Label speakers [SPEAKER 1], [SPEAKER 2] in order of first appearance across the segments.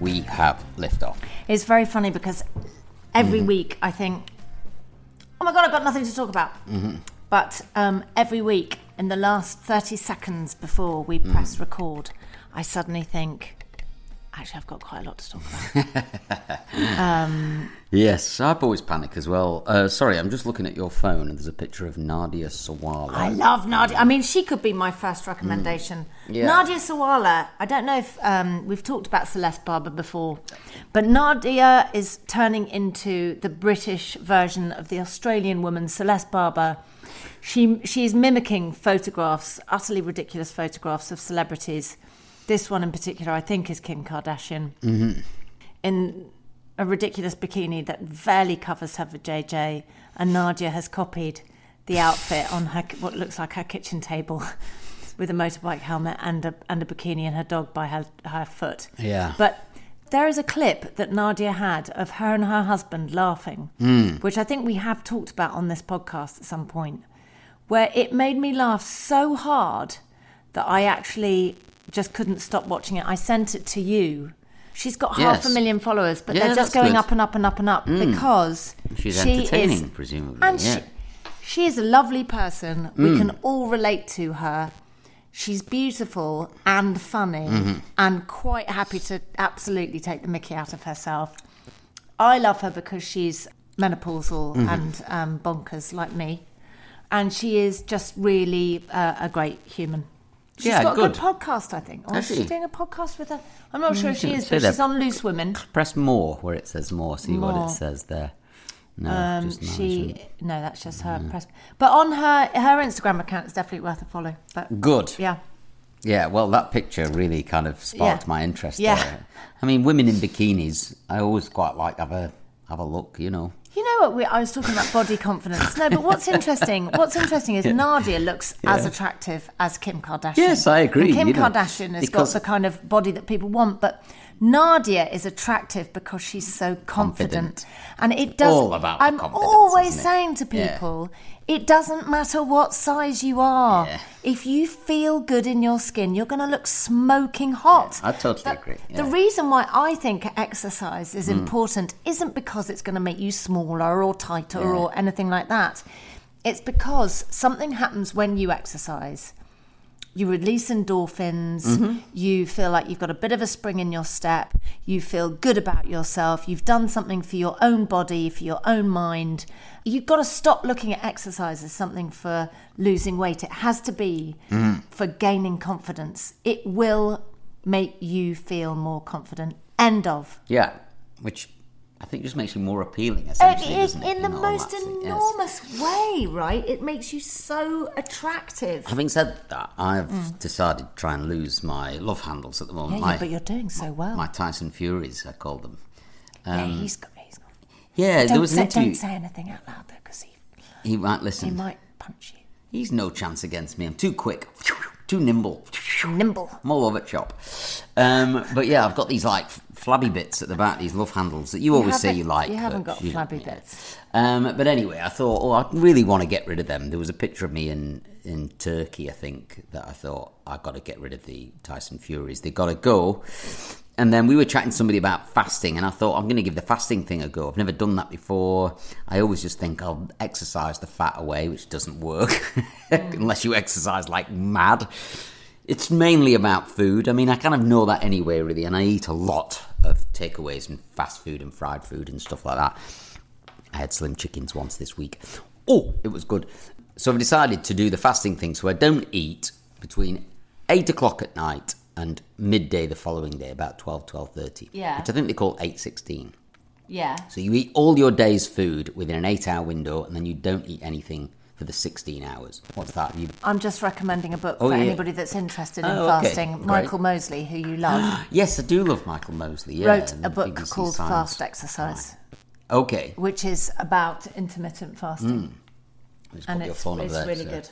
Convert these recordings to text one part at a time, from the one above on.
[SPEAKER 1] We have liftoff.
[SPEAKER 2] It's very funny because every week I think, oh my God, I've got nothing to talk about. But um, every week, in the last 30 seconds before we press record, I suddenly think, actually, I've got quite a lot to talk about.
[SPEAKER 1] Yes, I've always panic as well. Uh, sorry, I'm just looking at your phone and there's a picture of Nadia Sawala.
[SPEAKER 2] I love Nadia. I mean, she could be my first recommendation. Nadia Sawala. I don't know if um, we've talked about Celeste Barber before, but Nadia is turning into the British version of the Australian woman Celeste Barber. She she is mimicking photographs, utterly ridiculous photographs of celebrities. This one in particular, I think, is Kim Kardashian in a ridiculous bikini that barely covers her vajayjay, and Nadia has copied the outfit on her what looks like her kitchen table. With a motorbike helmet and a and a bikini and her dog by her her foot.
[SPEAKER 1] Yeah.
[SPEAKER 2] But there is a clip that Nadia had of her and her husband laughing,
[SPEAKER 1] Hmm.
[SPEAKER 2] which I think we have talked about on this podcast at some point, where it made me laugh so hard that I actually just couldn't stop watching it. I sent it to you. She's got half a
[SPEAKER 1] Yes.
[SPEAKER 2] million followers, but
[SPEAKER 1] Yeah,
[SPEAKER 2] they're just
[SPEAKER 1] that's
[SPEAKER 2] going
[SPEAKER 1] good. Hmm.
[SPEAKER 2] up and up and up and up because
[SPEAKER 1] She's
[SPEAKER 2] she
[SPEAKER 1] entertaining,
[SPEAKER 2] is,
[SPEAKER 1] presumably.
[SPEAKER 2] and
[SPEAKER 1] yeah. Mm.
[SPEAKER 2] she, she is a lovely person. We can all relate to her. She's beautiful and funny
[SPEAKER 1] Mm-hmm.
[SPEAKER 2] and quite happy to absolutely take the mickey out of herself. I love her because she's menopausal
[SPEAKER 1] Mm-hmm.
[SPEAKER 2] and um, bonkers like me. And she is just really uh, a great human. She's
[SPEAKER 1] Yeah,
[SPEAKER 2] got a
[SPEAKER 1] good.
[SPEAKER 2] good podcast, I think. Or
[SPEAKER 1] Has
[SPEAKER 2] is she
[SPEAKER 1] she? Mm,
[SPEAKER 2] doing a podcast with her? I'm not sure if she
[SPEAKER 1] didn't
[SPEAKER 2] is,
[SPEAKER 1] say
[SPEAKER 2] but
[SPEAKER 1] that.
[SPEAKER 2] she's on Loose Women.
[SPEAKER 1] Press more where it says more. See what
[SPEAKER 2] More.
[SPEAKER 1] it says there. No,
[SPEAKER 2] Um,
[SPEAKER 1] just management.
[SPEAKER 2] she no, that's just her press. But on her her Instagram account, it's definitely worth a follow. But
[SPEAKER 1] Good.
[SPEAKER 2] yeah,
[SPEAKER 1] Yeah, well, that picture really kind of sparked
[SPEAKER 2] Yeah.
[SPEAKER 1] my interest.
[SPEAKER 2] Yeah.
[SPEAKER 1] There. I mean, women in bikinis, I always quite like have a have a look, you know.
[SPEAKER 2] you know what? We, I was talking about body confidence. No, but what's interesting? What's interesting is Nadia looks as attractive as Kim Kardashian.
[SPEAKER 1] Yes, I agree,
[SPEAKER 2] And Kim
[SPEAKER 1] you know,
[SPEAKER 2] Kardashian has
[SPEAKER 1] because-
[SPEAKER 2] got the kind of body that people want, but Nadia is attractive because she's so confident,
[SPEAKER 1] Confident.
[SPEAKER 2] and it does.
[SPEAKER 1] All about the
[SPEAKER 2] I'm
[SPEAKER 1] confidence,
[SPEAKER 2] always
[SPEAKER 1] isn't it?
[SPEAKER 2] saying to
[SPEAKER 1] Yeah.
[SPEAKER 2] people, it doesn't matter what size you are.
[SPEAKER 1] Yeah.
[SPEAKER 2] If you feel good in your skin, you're going to look smoking hot.
[SPEAKER 1] I totally agree,
[SPEAKER 2] The
[SPEAKER 1] yeah.
[SPEAKER 2] reason why I think exercise is important isn't because it's going to make you smaller or tighter or anything like that. It's because something happens when you exercise. You release endorphins, you feel like you've got a bit of a spring in your step, you feel good about yourself, you've done something for your own body, for your own mind. You've got to stop looking at exercise as something for losing weight. It has to be for gaining confidence. It will make you feel more confident. End of.
[SPEAKER 1] Yeah, which I think just makes you more appealing,
[SPEAKER 2] Uh,
[SPEAKER 1] essentially,
[SPEAKER 2] in,
[SPEAKER 1] doesn't it?
[SPEAKER 2] in the
[SPEAKER 1] all
[SPEAKER 2] most
[SPEAKER 1] that sense, yes.
[SPEAKER 2] enormous way, right? It makes you so attractive.
[SPEAKER 1] Having said that, I've decided to try and lose my love handles at the moment.
[SPEAKER 2] Yeah,
[SPEAKER 1] my,
[SPEAKER 2] yeah, but you're doing so well.
[SPEAKER 1] my Tyson Furies, I call them.
[SPEAKER 2] yeah, he's got, he's got.
[SPEAKER 1] Yeah, there
[SPEAKER 2] Don't
[SPEAKER 1] was an
[SPEAKER 2] say,
[SPEAKER 1] interview. Hmm.
[SPEAKER 2] don't say anything out loud though, because he,
[SPEAKER 1] He might
[SPEAKER 2] he
[SPEAKER 1] listen.
[SPEAKER 2] might punch you.
[SPEAKER 1] He's no chance against me. I'm too quick, too nimble.
[SPEAKER 2] Nimble.
[SPEAKER 1] I'm all over the shop. Um, but yeah, I've got these like f- flabby bits at the back, these love handles that you always say
[SPEAKER 2] haven't-
[SPEAKER 1] you like.
[SPEAKER 2] You haven't
[SPEAKER 1] but
[SPEAKER 2] got
[SPEAKER 1] you don't
[SPEAKER 2] flabby
[SPEAKER 1] really.
[SPEAKER 2] bits.
[SPEAKER 1] Um, but anyway, I thought, oh, I really want to get rid of them. There was a picture of me in in Turkey, I think, that I thought I got to get rid of the Tyson Furies. They got to go. And then we were chatting to somebody about fasting, and I thought I'm going to give the fasting thing a go. I've never done that before. I always just think I'll exercise the fat away, which doesn't work unless you exercise like mad. It's mainly about food. I mean, I kind of know that anyway, really, and I eat a lot of takeaways and fast food and fried food and stuff like that. I had slim chickens once this week. Oh, it was good. So I've decided to do the fasting thing. So I don't eat between eight o'clock at night and midday the following day, about 12, 12.30.
[SPEAKER 2] Yeah.
[SPEAKER 1] Which I think they call 8.16.
[SPEAKER 2] Yeah.
[SPEAKER 1] So you eat all your day's food within an eight hour window and then you don't eat anything for for the 16 hours. What's that? You,
[SPEAKER 2] I'm just recommending a book
[SPEAKER 1] Oh,
[SPEAKER 2] for
[SPEAKER 1] yeah.
[SPEAKER 2] anybody that's interested in
[SPEAKER 1] Oh, okay.
[SPEAKER 2] fasting.
[SPEAKER 1] Great.
[SPEAKER 2] Michael Mosley, who you love,
[SPEAKER 1] yes, I do love Michael Mosley. Yeah,
[SPEAKER 2] wrote
[SPEAKER 1] and
[SPEAKER 2] a book
[SPEAKER 1] BBC
[SPEAKER 2] called
[SPEAKER 1] Science.
[SPEAKER 2] Fast Exercise,
[SPEAKER 1] Okay,
[SPEAKER 2] which is about intermittent fasting.
[SPEAKER 1] It's
[SPEAKER 2] And
[SPEAKER 1] probably Mm, your
[SPEAKER 2] it's-
[SPEAKER 1] phone over
[SPEAKER 2] it's
[SPEAKER 1] there,
[SPEAKER 2] really
[SPEAKER 1] so
[SPEAKER 2] good.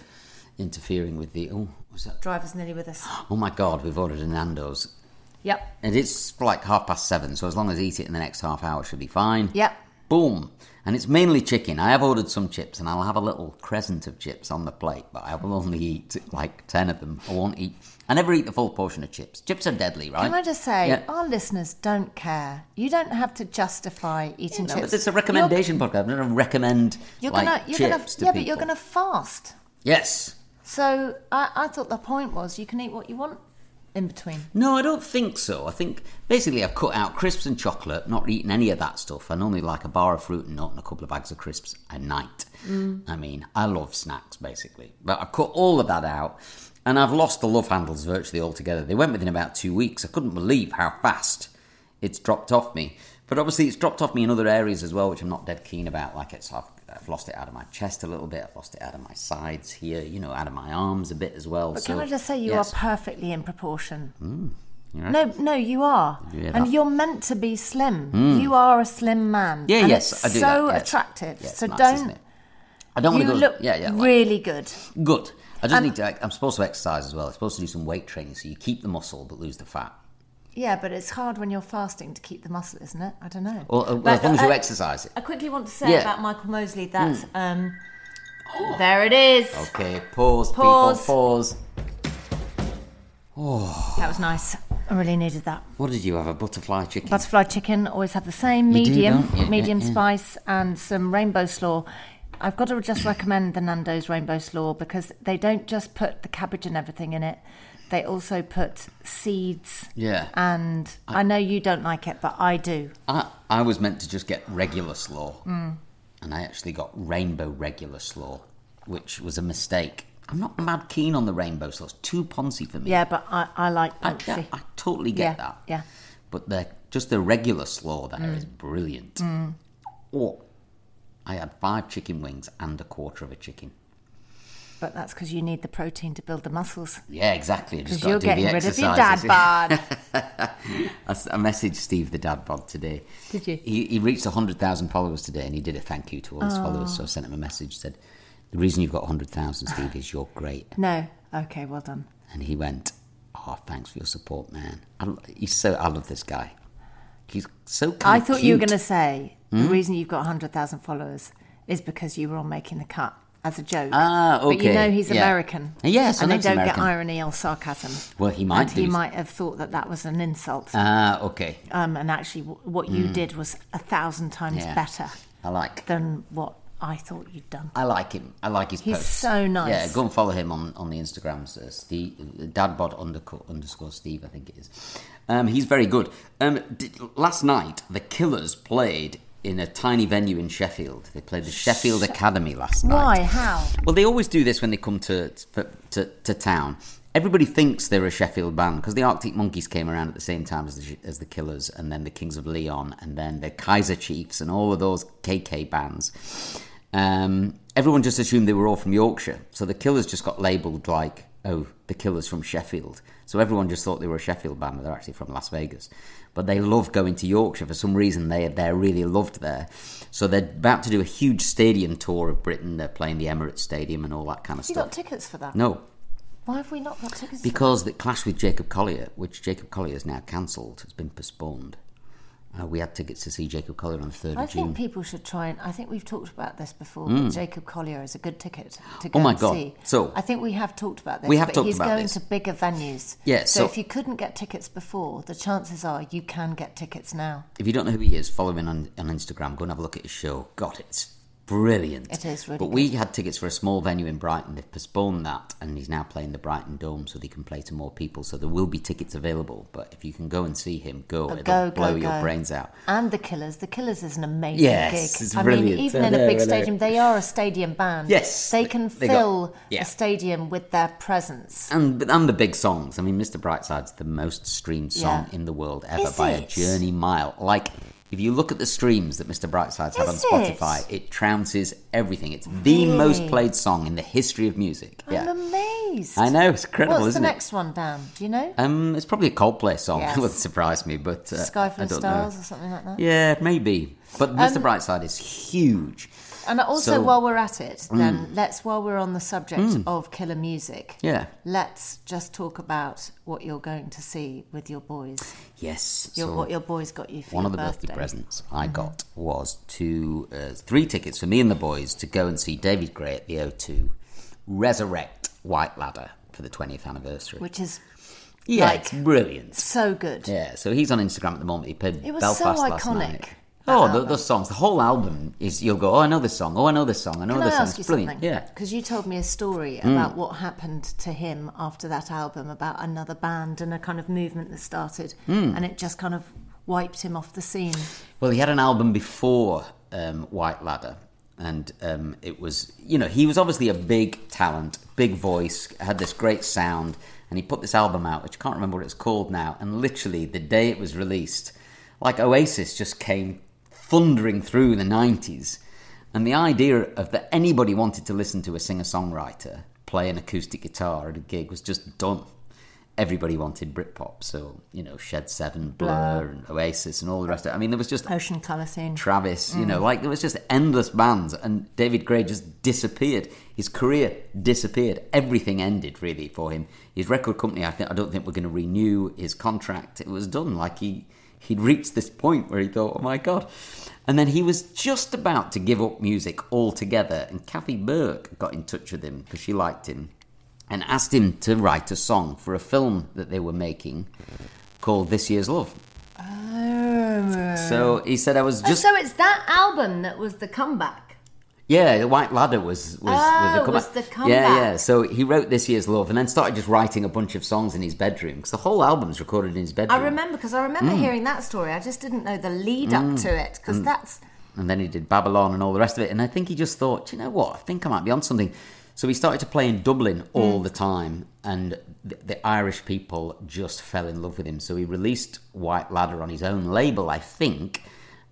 [SPEAKER 1] Interfering with the oh, was that?
[SPEAKER 2] Driver's nearly with us.
[SPEAKER 1] Oh my God, we've ordered a Nando's,
[SPEAKER 2] Yep.
[SPEAKER 1] and it's like half past seven. So as long as I eat it in the next half hour, should be fine.
[SPEAKER 2] Yep.
[SPEAKER 1] Boom. And it's mainly chicken. I have ordered some chips and I'll have a little crescent of chips on the plate, but I will only eat like 10 of them. I won't eat. I never eat the full portion of chips. Chips are deadly, right?
[SPEAKER 2] Can I just say, oh,
[SPEAKER 1] Yeah.
[SPEAKER 2] our listeners don't care. You don't have to justify eating
[SPEAKER 1] No,
[SPEAKER 2] chips.
[SPEAKER 1] but it's a
[SPEAKER 2] You're-
[SPEAKER 1] recommendation podcast. I'm going to recommend
[SPEAKER 2] You're,
[SPEAKER 1] like,
[SPEAKER 2] gonna, you're
[SPEAKER 1] chips
[SPEAKER 2] gonna,
[SPEAKER 1] to
[SPEAKER 2] yeah,
[SPEAKER 1] people.
[SPEAKER 2] but you're gonna fast.
[SPEAKER 1] Yes.
[SPEAKER 2] So I, I thought the point was you can eat what you want in between.
[SPEAKER 1] No, I don't think so. I think basically I've cut out crisps and chocolate, not eating any of that stuff. I normally like a bar of fruit and nut and a couple of bags of crisps a night.
[SPEAKER 2] Mm.
[SPEAKER 1] I mean, I love snacks basically, but I've cut all of that out and I've lost the love handles virtually altogether. They went within about two weeks. I couldn't believe how fast it's dropped off me. But obviously, it's dropped off me in other areas as well, which I'm not dead keen about. Like it's, I've, I've lost it out of my chest a little bit. I've lost it out of my sides here, you know, out of my arms a bit as well.
[SPEAKER 2] But can I just say you are perfectly in proportion?
[SPEAKER 1] Mm, right.
[SPEAKER 2] No, no, you are,
[SPEAKER 1] Yeah.
[SPEAKER 2] and you're meant to be slim.
[SPEAKER 1] Mm.
[SPEAKER 2] You are a slim man.
[SPEAKER 1] Yeah,
[SPEAKER 2] and
[SPEAKER 1] yes,
[SPEAKER 2] it's
[SPEAKER 1] I do.
[SPEAKER 2] so
[SPEAKER 1] that, yes.
[SPEAKER 2] attractive.
[SPEAKER 1] Yeah, it's
[SPEAKER 2] so
[SPEAKER 1] nice, isn't
[SPEAKER 2] don't.
[SPEAKER 1] it? I don't want
[SPEAKER 2] You
[SPEAKER 1] to go.
[SPEAKER 2] look Um,
[SPEAKER 1] yeah, yeah. like,
[SPEAKER 2] really good.
[SPEAKER 1] good. I just need to. like, I'm supposed to exercise as well. I'm supposed to do some weight training, so you keep the muscle but lose the fat.
[SPEAKER 2] Yeah, but it's hard when you're fasting to keep the muscle, isn't it? I don't know.
[SPEAKER 1] Well, uh, well,
[SPEAKER 2] But,
[SPEAKER 1] as long as you
[SPEAKER 2] uh,
[SPEAKER 1] exercise it.
[SPEAKER 2] I quickly want to say
[SPEAKER 1] Yeah. Hmm.
[SPEAKER 2] about Michael Mosley that um, there it is.
[SPEAKER 1] Okay, pause,
[SPEAKER 2] Pause.
[SPEAKER 1] people, pause.
[SPEAKER 2] That was nice. I really needed that.
[SPEAKER 1] What did you have? A butterfly chicken?
[SPEAKER 2] Butterfly chicken always have the same
[SPEAKER 1] You do,
[SPEAKER 2] medium,
[SPEAKER 1] don't you? Yeah,
[SPEAKER 2] medium
[SPEAKER 1] yeah.
[SPEAKER 2] spice, and some rainbow slaw. I've got to just recommend the Nando's rainbow slaw because they don't just put the cabbage and everything in it. They also put seeds.
[SPEAKER 1] Yeah.
[SPEAKER 2] And I, know you don't like it, but I do.
[SPEAKER 1] I, I was meant to just get regular slaw,
[SPEAKER 2] Mm.
[SPEAKER 1] and I actually got rainbow regular slaw, which was a mistake. I'm not mad keen on the rainbow slaw. It's too poncy for me.
[SPEAKER 2] Yeah, but I, I like
[SPEAKER 1] I,
[SPEAKER 2] bouncy.
[SPEAKER 1] I totally
[SPEAKER 2] yeah,
[SPEAKER 1] get that.
[SPEAKER 2] yeah.
[SPEAKER 1] But the just the regular slaw there is
[SPEAKER 2] Mm.
[SPEAKER 1] brilliant. Or I had five chicken wings and a quarter of a chicken.
[SPEAKER 2] But that's because you need the protein to build the muscles.
[SPEAKER 1] Yeah, exactly. I just
[SPEAKER 2] Because
[SPEAKER 1] got
[SPEAKER 2] you're
[SPEAKER 1] to do
[SPEAKER 2] getting
[SPEAKER 1] the
[SPEAKER 2] rid of
[SPEAKER 1] exercises.
[SPEAKER 2] your dad bod.
[SPEAKER 1] I s- I messaged Steve the dad bod today.
[SPEAKER 2] Did you?
[SPEAKER 1] He, he reached 100,000 followers today and he did a thank you to all his followers. So I sent him a message said, The reason you've got 100,000, Steve, is you're great.
[SPEAKER 2] no. Okay, well done.
[SPEAKER 1] And he went, Oh, thanks for your support, man. I, l- he's so, I love this guy. He's so kind
[SPEAKER 2] I thought you were going to say the
[SPEAKER 1] Hmm?
[SPEAKER 2] reason you've got 100,000 followers is because you were on making the cut as a joke.
[SPEAKER 1] Ah,
[SPEAKER 2] But you
[SPEAKER 1] okay,
[SPEAKER 2] know he's
[SPEAKER 1] yeah.
[SPEAKER 2] American.
[SPEAKER 1] Yes, I
[SPEAKER 2] and
[SPEAKER 1] know
[SPEAKER 2] they
[SPEAKER 1] he's
[SPEAKER 2] don't
[SPEAKER 1] American.
[SPEAKER 2] get irony or sarcasm.
[SPEAKER 1] Well, he might
[SPEAKER 2] and he
[SPEAKER 1] do.
[SPEAKER 2] might have thought that that was an insult.
[SPEAKER 1] Ah, okay.
[SPEAKER 2] um, and actually, w- what you did was a thousand times
[SPEAKER 1] Yeah.
[SPEAKER 2] better
[SPEAKER 1] I like.
[SPEAKER 2] than what I thought you'd done.
[SPEAKER 1] I like him. I like his
[SPEAKER 2] He's
[SPEAKER 1] posts.
[SPEAKER 2] so nice.
[SPEAKER 1] Yeah, go and follow him on, on the Instagrams. Uh, Steve, dadbod underco- underscore Steve, I think it is. Um, he's very good. Um, d last night, the Killers played in a tiny venue in Sheffield. They played the Sheffield Academy last night.
[SPEAKER 2] Why? How?
[SPEAKER 1] Well, they always do this when they come to to, to town. Everybody thinks they're a Sheffield band because the Arctic Monkeys came around at the same time as the, as the Killers, and then the Kings of Leon, and then the Kaiser Chiefs, and all of those KK bands. Um, everyone just assumed they were all from Yorkshire, so the Killers just got labelled like, "Oh, the Killers from Sheffield." So everyone just thought they were a Sheffield band, but they're actually from Las Vegas. But they love going to Yorkshire for some reason. They they're really loved there. So they're about to do a huge stadium tour of Britain. They're playing the Emirates Stadium and all that kind of
[SPEAKER 2] You
[SPEAKER 1] stuff.
[SPEAKER 2] got tickets for that?
[SPEAKER 1] no,
[SPEAKER 2] Why have we not got tickets?
[SPEAKER 1] because the clash with Jacob Collier, which Jacob Collier is now cancelled, has been postponed. Uh, we had tickets to see Jacob Collier on the third
[SPEAKER 2] I
[SPEAKER 1] of June.
[SPEAKER 2] think people should try and. I think we've talked about this before. But Jacob Collier is a good ticket to
[SPEAKER 1] Mm.
[SPEAKER 2] go
[SPEAKER 1] Oh my
[SPEAKER 2] and
[SPEAKER 1] God.
[SPEAKER 2] see.
[SPEAKER 1] So-
[SPEAKER 2] I think we have talked about this.
[SPEAKER 1] We have
[SPEAKER 2] but
[SPEAKER 1] talked
[SPEAKER 2] he's
[SPEAKER 1] about
[SPEAKER 2] going
[SPEAKER 1] this.
[SPEAKER 2] to bigger venues.
[SPEAKER 1] Yeah, so-
[SPEAKER 2] if you couldn't get tickets before, the chances are you can get tickets now.
[SPEAKER 1] if you don't know who he is, follow him on, on Instagram. Go and have a look at his show. God, it's brilliant.
[SPEAKER 2] It is really
[SPEAKER 1] But we had tickets for a small venue in Brighton. They've postponed that, and he's now playing the Brighton Dome, so they can play to more people. So there will be tickets available. But if you can go and see him, go.
[SPEAKER 2] But
[SPEAKER 1] It'll
[SPEAKER 2] go, go,
[SPEAKER 1] blow your
[SPEAKER 2] go.
[SPEAKER 1] brains out.
[SPEAKER 2] And the Killers. The Killers is an amazing
[SPEAKER 1] Yes,
[SPEAKER 2] gig.
[SPEAKER 1] it's
[SPEAKER 2] I mean,
[SPEAKER 1] brilliant.
[SPEAKER 2] even
[SPEAKER 1] I
[SPEAKER 2] in a
[SPEAKER 1] know,
[SPEAKER 2] big
[SPEAKER 1] I know.
[SPEAKER 2] stadium, they are a stadium band.
[SPEAKER 1] Yes,
[SPEAKER 2] they
[SPEAKER 1] they-
[SPEAKER 2] can
[SPEAKER 1] they got-
[SPEAKER 2] fill
[SPEAKER 1] yeah.
[SPEAKER 2] a stadium with their presence.
[SPEAKER 1] And and the big songs. I mean, Mr. Brightside's the most streamed song
[SPEAKER 2] Yeah.
[SPEAKER 1] in the world ever
[SPEAKER 2] Is
[SPEAKER 1] by a
[SPEAKER 2] it?
[SPEAKER 1] journey mile. Like If you look at the streams that Mr. Brightside's had on
[SPEAKER 2] Is
[SPEAKER 1] Spotify,
[SPEAKER 2] it?
[SPEAKER 1] it? trounces everything. It's the most played song in the history of music. yeah.
[SPEAKER 2] I'm amazed.
[SPEAKER 1] I know, it's incredible,
[SPEAKER 2] What's
[SPEAKER 1] isn't
[SPEAKER 2] the
[SPEAKER 1] it?
[SPEAKER 2] next one down? Do you know?
[SPEAKER 1] Um, it's probably a Coldplay song.
[SPEAKER 2] Yes.
[SPEAKER 1] it wouldn't surprise me, but uh,
[SPEAKER 2] Sky
[SPEAKER 1] I
[SPEAKER 2] Full of
[SPEAKER 1] don't
[SPEAKER 2] Stars Um,
[SPEAKER 1] know.
[SPEAKER 2] or something like that.
[SPEAKER 1] Yeah, maybe. But Mr. Brightside is huge.
[SPEAKER 2] And also,
[SPEAKER 1] So- mm.
[SPEAKER 2] while we're at it, then let's, while we're on the subject of killer music,
[SPEAKER 1] Yeah.
[SPEAKER 2] let's just talk about what you're going to see with your boys.
[SPEAKER 1] Yes.
[SPEAKER 2] Your, Mm-hmm.
[SPEAKER 1] so-
[SPEAKER 2] what your boys got you for
[SPEAKER 1] One
[SPEAKER 2] your
[SPEAKER 1] of the birthday, presents I got was two, uh, three tickets for me and the boys to go and see David Gray at the O2 resurrect White Ladder for the 20th anniversary.
[SPEAKER 2] which is
[SPEAKER 1] yeah,
[SPEAKER 2] like-
[SPEAKER 1] it's brilliant.
[SPEAKER 2] so good.
[SPEAKER 1] Yeah, so he's on Instagram at the moment. He played
[SPEAKER 2] It was so
[SPEAKER 1] Belfast last
[SPEAKER 2] iconic,
[SPEAKER 1] night.
[SPEAKER 2] that
[SPEAKER 1] Oh, the,
[SPEAKER 2] album.
[SPEAKER 1] those songs, the whole album is. You'll go, oh, I know this song. Oh, I know this song. I know
[SPEAKER 2] Can
[SPEAKER 1] this
[SPEAKER 2] I
[SPEAKER 1] song.
[SPEAKER 2] ask you
[SPEAKER 1] it's brilliant.
[SPEAKER 2] something?
[SPEAKER 1] Yeah. Mm.
[SPEAKER 2] Because you told me a story about what happened to him after that album, about another band and a kind of movement that started,
[SPEAKER 1] Mm.
[SPEAKER 2] and it just kind of wiped him off the scene.
[SPEAKER 1] Well, he had an album before um, White Ladder, and um, it was, you know, he was obviously a big talent, big voice, had this great sound, and he put this album out, which I can't remember what it's called now, and literally the day it was released, like Oasis just came thundering through the 90s. And the idea of that anybody wanted to listen to a singer songwriter play an acoustic guitar at a gig was just done. Everybody wanted Britpop, so you know, Shed Seven, Blur, and Oasis, and all the rest of it. I mean, there was just
[SPEAKER 2] Ocean colour scene.
[SPEAKER 1] Travis, you know, like there was just endless bands, and David Gray just disappeared. His career disappeared. Everything ended really for him. His record company, I think, I don't think we're going to renew his contract. It was done. Like he he'd reached this point where he thought, oh my god. And then he was just about to give up music altogether, and Kathy Burke got in touch with him because she liked him and asked him to write a song for a film that they were making called This Year's Love. So he said, I was just
[SPEAKER 2] Oh. so it's that album that was the comeback.
[SPEAKER 1] Yeah, the White Ladder was was,
[SPEAKER 2] Oh,
[SPEAKER 1] the
[SPEAKER 2] was the comeback.
[SPEAKER 1] Yeah, yeah. So he wrote this year's love, and then started just writing a bunch of songs in his bedroom because the whole album's recorded in his
[SPEAKER 2] I
[SPEAKER 1] bedroom.
[SPEAKER 2] remember because I
[SPEAKER 1] Mm.
[SPEAKER 2] remember hearing that story. I just didn't know the lead up to it because that's
[SPEAKER 1] And then he did Babylon and all the rest of it. And I think he just thought, "Do you know what? I think I might be on something. So he started to play in Dublin all
[SPEAKER 2] Mm.
[SPEAKER 1] the time, and the, the Irish people just fell in love with him. So he released White Ladder on his own label, I think.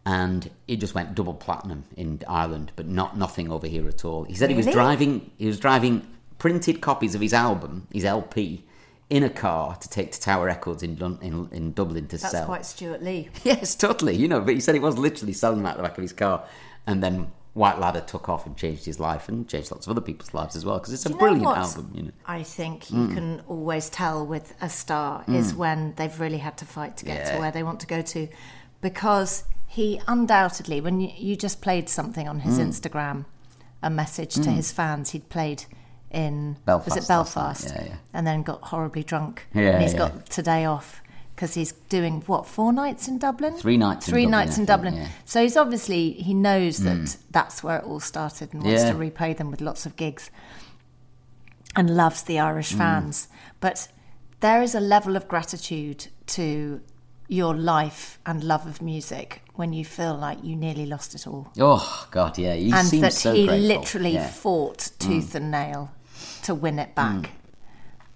[SPEAKER 1] And it just went double platinum in Ireland, but not nothing over here at all. He said he was
[SPEAKER 2] Really?
[SPEAKER 1] driving. He was driving printed copies of his album, his LP, in a car to take to Tower Records in Dun- in, in Dublin to
[SPEAKER 2] that's
[SPEAKER 1] sell.
[SPEAKER 2] quite Stuart Lee.
[SPEAKER 1] Yes, totally. You know, but he said he was literally selling them out the back of his car, and then White Ladder took off and changed his life and changed lots of other people's lives as well because it's a
[SPEAKER 2] Do you know
[SPEAKER 1] brilliant
[SPEAKER 2] what?
[SPEAKER 1] album. You know,
[SPEAKER 2] I think
[SPEAKER 1] Mm.
[SPEAKER 2] you can always tell with a star is when they've really had to fight to get
[SPEAKER 1] Yeah.
[SPEAKER 2] to where they want to go to, because he undoubtedly, when you, you just played something on
[SPEAKER 1] Mm.
[SPEAKER 2] his Instagram, a message to his fans, he'd played in was it
[SPEAKER 1] Belfast last night,
[SPEAKER 2] Belfast,
[SPEAKER 1] yeah, yeah.
[SPEAKER 2] and then got horribly drunk,
[SPEAKER 1] Yeah,
[SPEAKER 2] and he's
[SPEAKER 1] yeah.
[SPEAKER 2] got today off. Because he's doing what four nights in Dublin,
[SPEAKER 1] Three nights in
[SPEAKER 2] three
[SPEAKER 1] Dublin,
[SPEAKER 2] nights
[SPEAKER 1] I
[SPEAKER 2] in
[SPEAKER 1] think,
[SPEAKER 2] Dublin.
[SPEAKER 1] yeah.
[SPEAKER 2] So he's obviously he knows that that's where it all started and wants
[SPEAKER 1] Hmm. Yeah.
[SPEAKER 2] to repay them with lots of gigs and loves the Irish
[SPEAKER 1] Hmm.
[SPEAKER 2] fans. But there is a level of gratitude to your life and love of music when you feel like you nearly lost it all.
[SPEAKER 1] oh God, yeah, he
[SPEAKER 2] and
[SPEAKER 1] seems
[SPEAKER 2] that
[SPEAKER 1] so
[SPEAKER 2] he
[SPEAKER 1] grateful.
[SPEAKER 2] literally
[SPEAKER 1] Yeah. Hmm.
[SPEAKER 2] fought tooth and nail to win it back.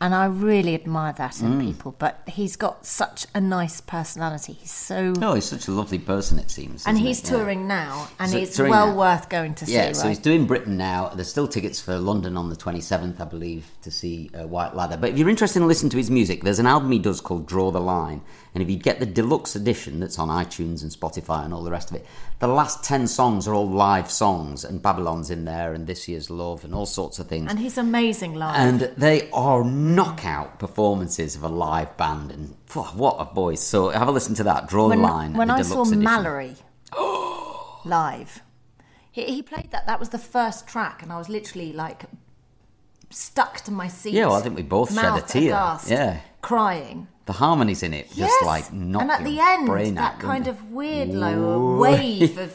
[SPEAKER 2] And I really admire that
[SPEAKER 1] Hmm.
[SPEAKER 2] in people. But he's got such a nice personality. He's so.
[SPEAKER 1] Oh, he's such a lovely person. It seems,
[SPEAKER 2] and
[SPEAKER 1] isn't
[SPEAKER 2] he's
[SPEAKER 1] it? Yeah.
[SPEAKER 2] touring now, and
[SPEAKER 1] So
[SPEAKER 2] it's
[SPEAKER 1] touring
[SPEAKER 2] well
[SPEAKER 1] now.
[SPEAKER 2] worth going to see.
[SPEAKER 1] Yeah,
[SPEAKER 2] right?
[SPEAKER 1] so he's doing Britain now. There's still tickets for London on the 27th, I believe, to see uh, White Ladder. But if you're interested in listening to his music, there's an album he does called Draw the Line. And if you get the deluxe edition that's on iTunes and Spotify and all the rest of it, the last 10 songs are all live songs, and Babylon's in there, and This Year's Love, and all sorts of things.
[SPEAKER 2] and he's amazing live.
[SPEAKER 1] And they are knockout performances of a live band, and phew, what a voice! So have a listen to that. Draw
[SPEAKER 2] when,
[SPEAKER 1] the line.
[SPEAKER 2] when
[SPEAKER 1] the
[SPEAKER 2] I
[SPEAKER 1] deluxe
[SPEAKER 2] saw
[SPEAKER 1] edition.
[SPEAKER 2] Mallory live, he, he played that. That was the first track, and I was literally like stuck to my seat.
[SPEAKER 1] Yeah, well, I think we both shed a
[SPEAKER 2] mouth
[SPEAKER 1] tear.
[SPEAKER 2] aghast,
[SPEAKER 1] Yeah.
[SPEAKER 2] crying.
[SPEAKER 1] The harmonies in it just
[SPEAKER 2] yes.
[SPEAKER 1] like knock
[SPEAKER 2] and at the
[SPEAKER 1] your
[SPEAKER 2] end,
[SPEAKER 1] brain
[SPEAKER 2] that
[SPEAKER 1] out, don't
[SPEAKER 2] kind
[SPEAKER 1] they?
[SPEAKER 2] of weird low wave of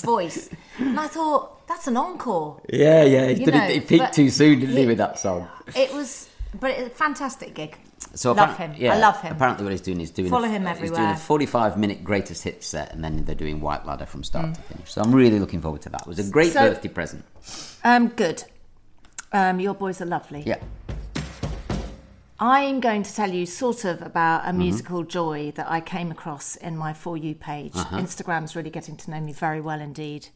[SPEAKER 2] voice, and I thought that's an encore.
[SPEAKER 1] Yeah, yeah, he,
[SPEAKER 2] You
[SPEAKER 1] did
[SPEAKER 2] know,
[SPEAKER 1] it, he peaked
[SPEAKER 2] but
[SPEAKER 1] too soon, didn't he,
[SPEAKER 2] he-
[SPEAKER 1] with that song?
[SPEAKER 2] It was, but it, fantastic gig.
[SPEAKER 1] So
[SPEAKER 2] love
[SPEAKER 1] apparent-
[SPEAKER 2] him. I love him.
[SPEAKER 1] Apparently, what he's doing is doing
[SPEAKER 2] Follow
[SPEAKER 1] a,
[SPEAKER 2] him
[SPEAKER 1] He's doing
[SPEAKER 2] everywhere.
[SPEAKER 1] a forty-five minute greatest hits set, and then they're doing White Ladder from start to finish. So I'm really looking forward to that. It was a great
[SPEAKER 2] Mm. So-
[SPEAKER 1] birthday present.
[SPEAKER 2] Um, good. Um, your boys are lovely.
[SPEAKER 1] Yeah.
[SPEAKER 2] I'm going to tell you sort of about a musical joy that I came across in my For You page. Instagram's really getting to know me very well indeed.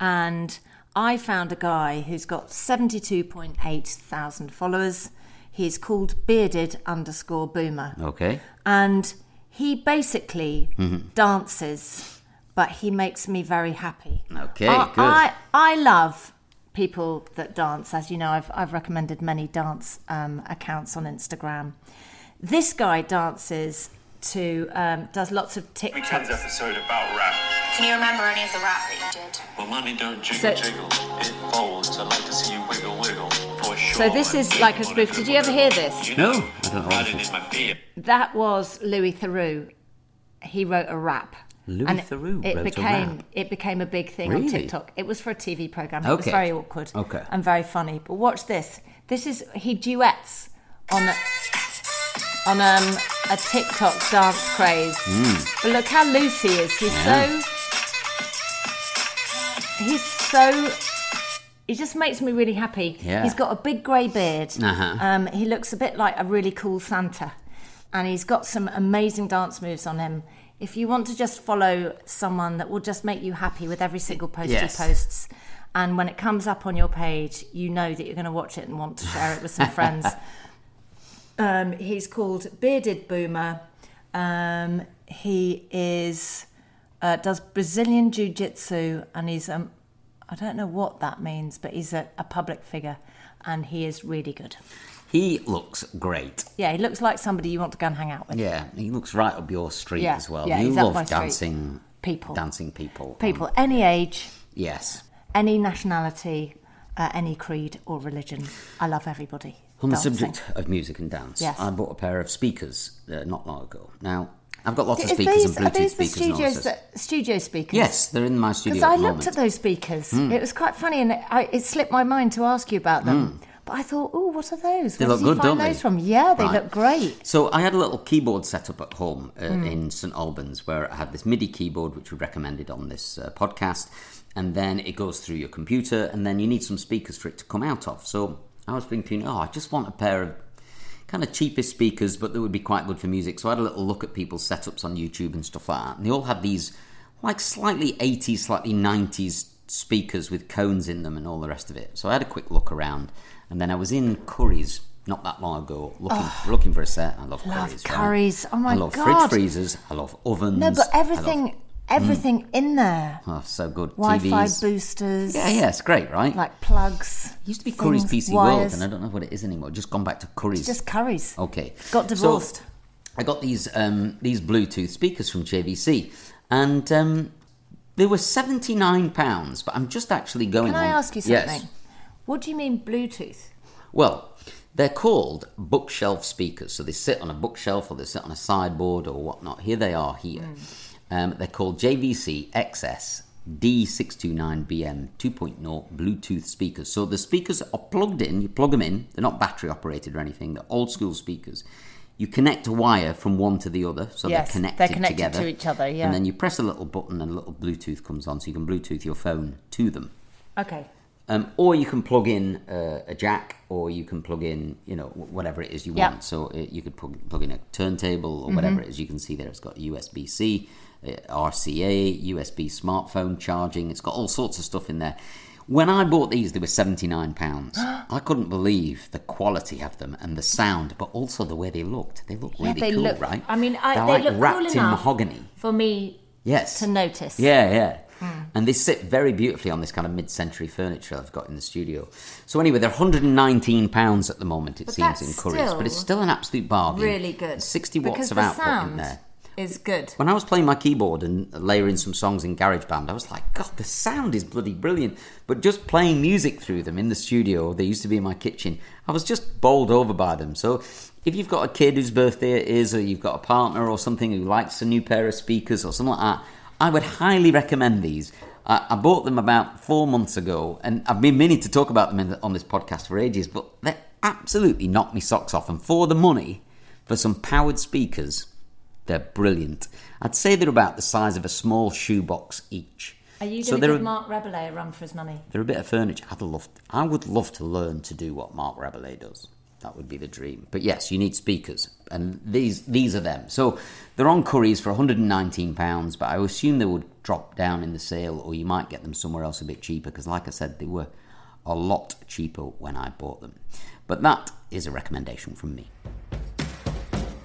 [SPEAKER 2] And I found a guy who's got 72.8 thousand followers. He's called Bearded underscore Boomer
[SPEAKER 1] Okay.
[SPEAKER 2] and he basically
[SPEAKER 1] Mm-hmm.
[SPEAKER 2] dances, but he makes me very happy.
[SPEAKER 1] Okay,
[SPEAKER 2] I,
[SPEAKER 1] good.
[SPEAKER 2] I I love people that dance. As you know, I've I've recommended many dance um, accounts on Instagram. This guy dances to um, does lots of
[SPEAKER 3] Weekend's
[SPEAKER 2] TikToks.
[SPEAKER 3] episode about rap.
[SPEAKER 4] Can you remember any of the rap that you did?
[SPEAKER 3] Well, money don't jiggle,
[SPEAKER 2] So-
[SPEAKER 3] jiggle. It folds. I like to see you wiggle, wiggle. For sure.
[SPEAKER 2] So this is like a spoof. Did you ever hear this?
[SPEAKER 3] You
[SPEAKER 1] No,
[SPEAKER 3] know,
[SPEAKER 1] I don't know. what
[SPEAKER 3] riding
[SPEAKER 1] this
[SPEAKER 3] in
[SPEAKER 1] is.
[SPEAKER 3] my beer.
[SPEAKER 2] That was Louis Theroux. He wrote a rap.
[SPEAKER 1] Louis
[SPEAKER 2] and it,
[SPEAKER 1] Theroux
[SPEAKER 2] it
[SPEAKER 1] wrote a
[SPEAKER 2] became
[SPEAKER 1] rap.
[SPEAKER 2] it became a big thing on
[SPEAKER 1] Really?
[SPEAKER 2] TikTok. It was for a TV program. It was
[SPEAKER 1] Okay.
[SPEAKER 2] very awkward
[SPEAKER 1] Okay.
[SPEAKER 2] and very funny. But watch this. This is he duets on a, on um, a TikTok dance craze.
[SPEAKER 1] Hmm.
[SPEAKER 2] But look how loose he is. He's so he's so he just makes me really happy.
[SPEAKER 1] Yeah.
[SPEAKER 2] He's got a big grey beard.
[SPEAKER 1] Uh-huh.
[SPEAKER 2] Um, he looks a bit like a really cool Santa. And he's got some amazing dance moves on him. If you want to just follow someone that will just make you happy with every single post
[SPEAKER 1] Yes.
[SPEAKER 2] he posts, and when it comes up on your page, you know that you're going to watch it and want to share it with some friends. Um, he's called Bearded Boomer. Um, he is uh, does Brazilian Jiu Jitsu, and he's um, I don't know what that means, but he's a, a public figure, and he is really good.
[SPEAKER 1] He looks great.
[SPEAKER 2] Yeah, he looks like somebody you want to go and hang out with.
[SPEAKER 1] Yeah, he looks right up your street
[SPEAKER 2] Yeah,
[SPEAKER 1] as well.
[SPEAKER 2] yeah,
[SPEAKER 1] you
[SPEAKER 2] he's up
[SPEAKER 1] love
[SPEAKER 2] my street.
[SPEAKER 1] dancing
[SPEAKER 2] People,
[SPEAKER 1] dancing people. Um,
[SPEAKER 2] people, any age,
[SPEAKER 1] Yes.
[SPEAKER 2] any nationality, uh, any creed or religion. I love everybody.
[SPEAKER 1] On the
[SPEAKER 2] Dancing.
[SPEAKER 1] subject of music and dance,
[SPEAKER 2] Yes.
[SPEAKER 1] I bought a pair of speakers uh, not long ago. Now, I've got lots of
[SPEAKER 2] Is
[SPEAKER 1] speakers
[SPEAKER 2] these,
[SPEAKER 1] and
[SPEAKER 2] are
[SPEAKER 1] Bluetooth
[SPEAKER 2] these the
[SPEAKER 1] speakers. and all this
[SPEAKER 2] studios
[SPEAKER 1] stuff.
[SPEAKER 2] that studio speakers?
[SPEAKER 1] yes, they're in my studio. Hmm.
[SPEAKER 2] Because
[SPEAKER 1] at
[SPEAKER 2] I
[SPEAKER 1] the
[SPEAKER 2] looked
[SPEAKER 1] moment.
[SPEAKER 2] at those speakers. It was quite funny, and it, I, it slipped my mind to ask you about them. But I thought, oh, what are those?
[SPEAKER 1] Hmm. They
[SPEAKER 2] Where
[SPEAKER 1] look
[SPEAKER 2] did you
[SPEAKER 1] good,
[SPEAKER 2] find
[SPEAKER 1] don't they?
[SPEAKER 2] those from? Yeah, they
[SPEAKER 1] Right.
[SPEAKER 2] look great.
[SPEAKER 1] So I had a little keyboard setup at home uh, in St Albans, where I had this MIDI keyboard, which we recommended on this uh, podcast, and then it goes through your computer, and then you need some speakers for it to come out of. So I was thinking, oh, I just want a pair of kind of cheapest speakers, but that would be quite good for music. So I had a little look at people's setups on YouTube and stuff like that, and they all had these like slightly 80s, slightly 90s speakers with cones in them and all the rest of it. So I had a quick look around, and then I was in Curry's not that long ago looking looking for a set. I love,
[SPEAKER 2] Love
[SPEAKER 1] Curry's.
[SPEAKER 2] Curry's. Oh my
[SPEAKER 1] I love fridge
[SPEAKER 2] God.
[SPEAKER 1] freezers. I love ovens.
[SPEAKER 2] No, but
[SPEAKER 1] I love-
[SPEAKER 2] everything, everything in there.
[SPEAKER 1] oh, so good.
[SPEAKER 2] Wi-Fi
[SPEAKER 1] TVs.
[SPEAKER 2] boosters.
[SPEAKER 1] Yeah, yeah, it's great, right?
[SPEAKER 2] Like plugs.
[SPEAKER 1] it used to be Curry's
[SPEAKER 2] things,
[SPEAKER 1] PC World,
[SPEAKER 2] wires.
[SPEAKER 1] and Oh, I don't know what it is anymore. Just gone back to Curry's.
[SPEAKER 2] It's just curries.
[SPEAKER 1] Okay.
[SPEAKER 2] Got
[SPEAKER 1] So,
[SPEAKER 2] divorced.
[SPEAKER 1] I got these um, these Bluetooth speakers from JVC, and um, they were seventy nine pounds. But I'm just actually going.
[SPEAKER 2] Can I
[SPEAKER 1] on-
[SPEAKER 2] ask you
[SPEAKER 1] Yes.
[SPEAKER 2] something? What do you mean Bluetooth?
[SPEAKER 1] Well, they're called bookshelf speakers. So they sit on a bookshelf or they sit on a sideboard or whatnot. Here they are here.
[SPEAKER 2] Mm.
[SPEAKER 1] Um, they're called JVC XS D629BM 2.0 Bluetooth speakers. So the speakers are plugged in, you plug them in, they're not battery operated or anything, they're old school speakers. You connect a wire from one to the other, so
[SPEAKER 2] Yes,
[SPEAKER 1] they're connected,
[SPEAKER 2] they're connected
[SPEAKER 1] together.
[SPEAKER 2] to each other, yeah.
[SPEAKER 1] And then you press a little button and a little Bluetooth comes on, so you can Bluetooth your phone to them.
[SPEAKER 2] Okay.
[SPEAKER 1] Um, or you can plug in uh, a jack, or you can plug in, you know, wh- whatever it is you
[SPEAKER 2] Yeah. Mm-hmm.
[SPEAKER 1] want. So uh you could plug, plug in a turntable or whatever it is. You can see there it's got USB C, uh, RCA, USB smartphone charging. It's got all sorts of stuff in there. When I bought these, they were £79. I couldn't believe the quality of them and the sound, but also the way they looked. They look really
[SPEAKER 2] they
[SPEAKER 1] cool,
[SPEAKER 2] look-
[SPEAKER 1] right?
[SPEAKER 2] I mean, I-
[SPEAKER 1] They're
[SPEAKER 2] they
[SPEAKER 1] like
[SPEAKER 2] look cool
[SPEAKER 1] wrapped in
[SPEAKER 2] enough.
[SPEAKER 1] mahogany.
[SPEAKER 2] For me
[SPEAKER 1] Yes.
[SPEAKER 2] to notice.
[SPEAKER 1] Yeah, yeah. And they sit very beautifully on this kind of mid-century furniture I've got in the studio. So anyway, they're 119 pounds at the moment. It seems
[SPEAKER 2] that's
[SPEAKER 1] in Curry's, but it's
[SPEAKER 2] still
[SPEAKER 1] still an absolute bargain.
[SPEAKER 2] Really good.
[SPEAKER 1] 60
[SPEAKER 2] because
[SPEAKER 1] watts of
[SPEAKER 2] the
[SPEAKER 1] output
[SPEAKER 2] sound
[SPEAKER 1] in there.
[SPEAKER 2] Is good.
[SPEAKER 1] When I was playing my keyboard and layering some songs in GarageBand, I was like, God, the sound is bloody brilliant. But just playing music through them in the studio, they used to be in my kitchen, I was just bowled over by them. So if you've got a kid whose birthday it is, or you've got a partner or something who likes a new pair of speakers or something like that, I would highly recommend these. I, I bought them about four months ago, and I've been meaning to talk about them in the, on this podcast for ages, but they absolutely knocked me socks off. And for the money, for some powered speakers, they're brilliant. I'd say they're about the size of a small shoebox each.
[SPEAKER 2] Are you going
[SPEAKER 1] so
[SPEAKER 2] to
[SPEAKER 1] they're
[SPEAKER 2] give
[SPEAKER 1] a,
[SPEAKER 2] Mark Rabelais a run for his money?
[SPEAKER 1] they're a bit of furniture. I'd love, I would love to learn to do what Mark Rabelais does. That would be the dream. But yes, you need speakers, and these these are them. So they're on Curry's for 119 pounds, but I assume they would drop down in the sale, or you might get them somewhere else a bit cheaper. Because like I said, they were a lot cheaper when I bought them. But that is a recommendation from me.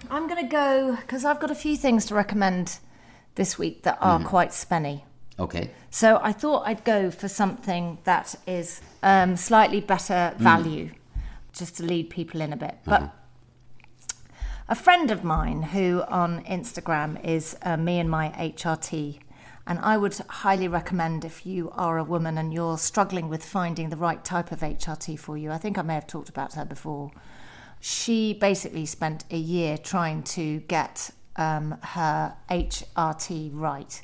[SPEAKER 2] I'm going to go because I've got a few things to recommend this week that are quite spenny.
[SPEAKER 1] Okay.
[SPEAKER 2] So I thought I'd go for something that is um, slightly better value, just to lead people in a bit. But a friend of mine who on Instagram is uh, me and my HRT. And I would highly recommend if you are a woman and you're struggling with finding the right type of HRT for you. I think I may have talked about her before. She basically spent a year trying to get um, her HRT right.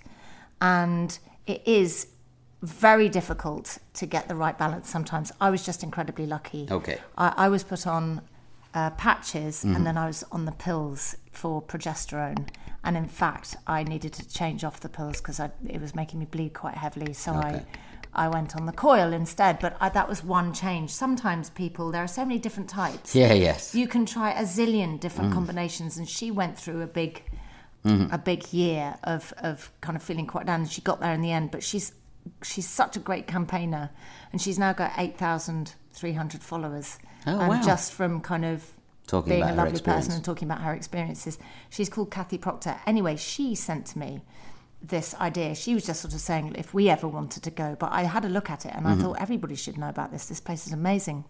[SPEAKER 2] And it is very difficult to get the right balance sometimes. I was just incredibly lucky.
[SPEAKER 1] Okay.
[SPEAKER 2] I, I was put on uh, patches
[SPEAKER 1] Mm-hmm.
[SPEAKER 2] and then I was on the pills for progesterone. And in fact, I needed to change off the pills because it was making me bleed quite heavily. So
[SPEAKER 1] Okay.
[SPEAKER 2] I, I went on the coil instead. But I, that was one change. Sometimes people, there are so many different types.
[SPEAKER 1] Yeah. Yes. Mm.
[SPEAKER 2] You can try a zillion different combinations. And she went through a big,
[SPEAKER 1] Mm-hmm.
[SPEAKER 2] a big year of, of kind of feeling quite down. And she got there in the end. But she's she's such a great campaigner, and she's now got eight thousand three hundred followers.
[SPEAKER 1] Oh,
[SPEAKER 2] um,
[SPEAKER 1] wow.
[SPEAKER 2] Just from kind of
[SPEAKER 1] Talking
[SPEAKER 2] being
[SPEAKER 1] about
[SPEAKER 2] a
[SPEAKER 1] her
[SPEAKER 2] lovely person
[SPEAKER 1] experience.
[SPEAKER 2] and talking about her experiences. She's called Kathy Proctor. Anyway, she sent to me this idea. She was just sort of saying if we ever wanted to go, but I had a look at it
[SPEAKER 1] Mm-hmm.
[SPEAKER 2] and I thought everybody should know about this. This place is amazing.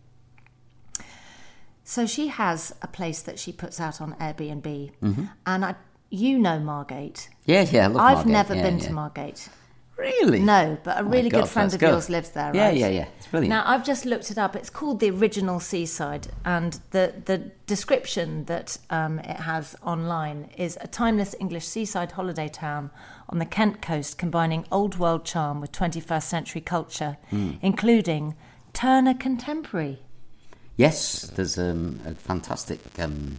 [SPEAKER 2] So she has a place that she puts out on Airbnb,
[SPEAKER 1] Mm-hmm.
[SPEAKER 2] and I, you know Margate.
[SPEAKER 1] Yeah. Yeah. I love
[SPEAKER 2] I've
[SPEAKER 1] Margate.
[SPEAKER 2] never
[SPEAKER 1] Yeah,
[SPEAKER 2] been
[SPEAKER 1] yeah.
[SPEAKER 2] to Margate.
[SPEAKER 1] Really?
[SPEAKER 2] No, but a
[SPEAKER 1] My
[SPEAKER 2] really
[SPEAKER 1] God,
[SPEAKER 2] good friend
[SPEAKER 1] that's
[SPEAKER 2] of
[SPEAKER 1] good.
[SPEAKER 2] yours lives there, right?
[SPEAKER 1] Yeah, yeah, yeah. It's brilliant.
[SPEAKER 2] Now I've just looked it up. It's called the original Seaside, and the the description that um, it has online is a timeless English seaside holiday town on the Kent coast, combining old world charm with 21st century culture,
[SPEAKER 1] Hmm.
[SPEAKER 2] including Turner Contemporary
[SPEAKER 1] yes, there's um, a fantastic um,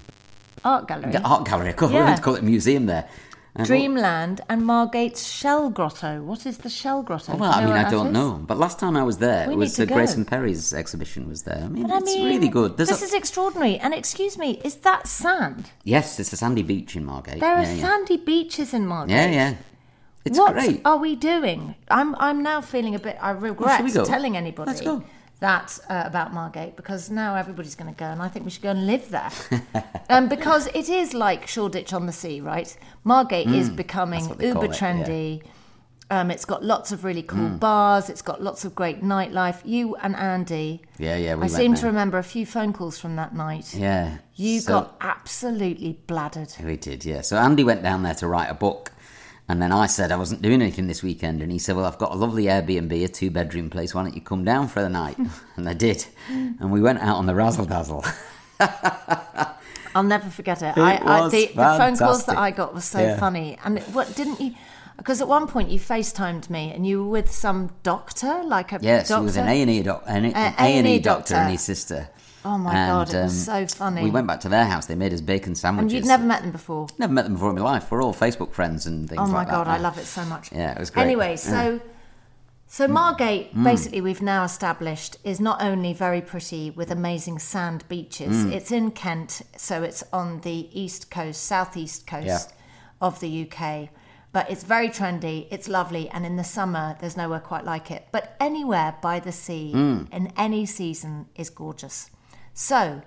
[SPEAKER 2] Art Gallery,
[SPEAKER 1] art gallery. I call,
[SPEAKER 2] Yeah.
[SPEAKER 1] yeah. call it a museum there. And-
[SPEAKER 2] Dreamland, and Margate's Shell Grotto. What is the Shell Grotto?
[SPEAKER 1] Oh,
[SPEAKER 2] Do
[SPEAKER 1] Well,
[SPEAKER 2] you
[SPEAKER 1] I
[SPEAKER 2] know
[SPEAKER 1] mean,
[SPEAKER 2] what
[SPEAKER 1] I
[SPEAKER 2] that
[SPEAKER 1] don't
[SPEAKER 2] is?
[SPEAKER 1] know. But last time I was there,
[SPEAKER 2] We
[SPEAKER 1] it was
[SPEAKER 2] need
[SPEAKER 1] the
[SPEAKER 2] to go.
[SPEAKER 1] Grace and Perry's exhibition was there. I mean,
[SPEAKER 2] But I
[SPEAKER 1] it's
[SPEAKER 2] mean,
[SPEAKER 1] really good. There's
[SPEAKER 2] This
[SPEAKER 1] a-
[SPEAKER 2] is extraordinary. And excuse me, is that sand?
[SPEAKER 1] yes, it's a sandy beach in Margate.
[SPEAKER 2] There are
[SPEAKER 1] yeah, yeah.
[SPEAKER 2] sandy beaches in Margate.
[SPEAKER 1] Yeah, yeah. It's
[SPEAKER 2] what
[SPEAKER 1] great.
[SPEAKER 2] are we doing? I'm I'm now feeling a bit. I regret
[SPEAKER 1] should we go?
[SPEAKER 2] telling anybody
[SPEAKER 1] Let's go.
[SPEAKER 2] that uh, about Margate because now everybody's going to go, and I think we should go and live there. um, because it is like Shoreditch on the sea, right? Margate is becoming
[SPEAKER 1] Hmm. that's what they
[SPEAKER 2] uber
[SPEAKER 1] call it, yeah. Hmm.
[SPEAKER 2] trendy. Um, it's got lots of really cool bars. It's got lots of great nightlife. You and Andy.
[SPEAKER 1] Yeah, yeah, we
[SPEAKER 2] I
[SPEAKER 1] went
[SPEAKER 2] seem to
[SPEAKER 1] there.
[SPEAKER 2] remember a few phone calls from that night.
[SPEAKER 1] yeah.
[SPEAKER 2] You
[SPEAKER 1] So-
[SPEAKER 2] got absolutely bladdered.
[SPEAKER 1] We did, yeah. So Andy went down there to write a book. And then I said I wasn't doing anything this weekend. And he said, Well, I've got a lovely Airbnb, a two bedroom place. Why don't you come down for the night? and I did. And we went out on the razzle dazzle.
[SPEAKER 2] I'll never forget it.
[SPEAKER 1] It
[SPEAKER 2] I, I,
[SPEAKER 1] was
[SPEAKER 2] the, the phone calls
[SPEAKER 1] fantastic.
[SPEAKER 2] that I got were so
[SPEAKER 1] Yeah.
[SPEAKER 2] funny. And it- what didn't you? Because at one point you FaceTimed me and you were with some doctor, like a
[SPEAKER 1] Yes,
[SPEAKER 2] doctor.
[SPEAKER 1] he was an A and E doc- an an A&E
[SPEAKER 2] A&E
[SPEAKER 1] doctor
[SPEAKER 2] E doctor.
[SPEAKER 1] and his sister.
[SPEAKER 2] Oh my
[SPEAKER 1] And,
[SPEAKER 2] God, it was
[SPEAKER 1] um,
[SPEAKER 2] so funny.
[SPEAKER 1] We went back to their house. They made us bacon
[SPEAKER 2] E. and
[SPEAKER 1] sandwiches.
[SPEAKER 2] you'd never met them before.
[SPEAKER 1] never met them before in my life. We're all Facebook friends and things
[SPEAKER 2] Oh my
[SPEAKER 1] like that.
[SPEAKER 2] God, I love it so much.
[SPEAKER 1] Yeah, it was great. Mm.
[SPEAKER 2] Anyway, so. So Margate, basically, we've now established is not only very pretty with amazing sand
[SPEAKER 1] Mm.
[SPEAKER 2] beaches. It's in Kent, so it's on the east coast, southeast coast
[SPEAKER 1] Yeah.
[SPEAKER 2] of the UK. But it's very trendy. It's lovely, and in the summer, there's nowhere quite like it. But anywhere by the sea in any season is gorgeous. So,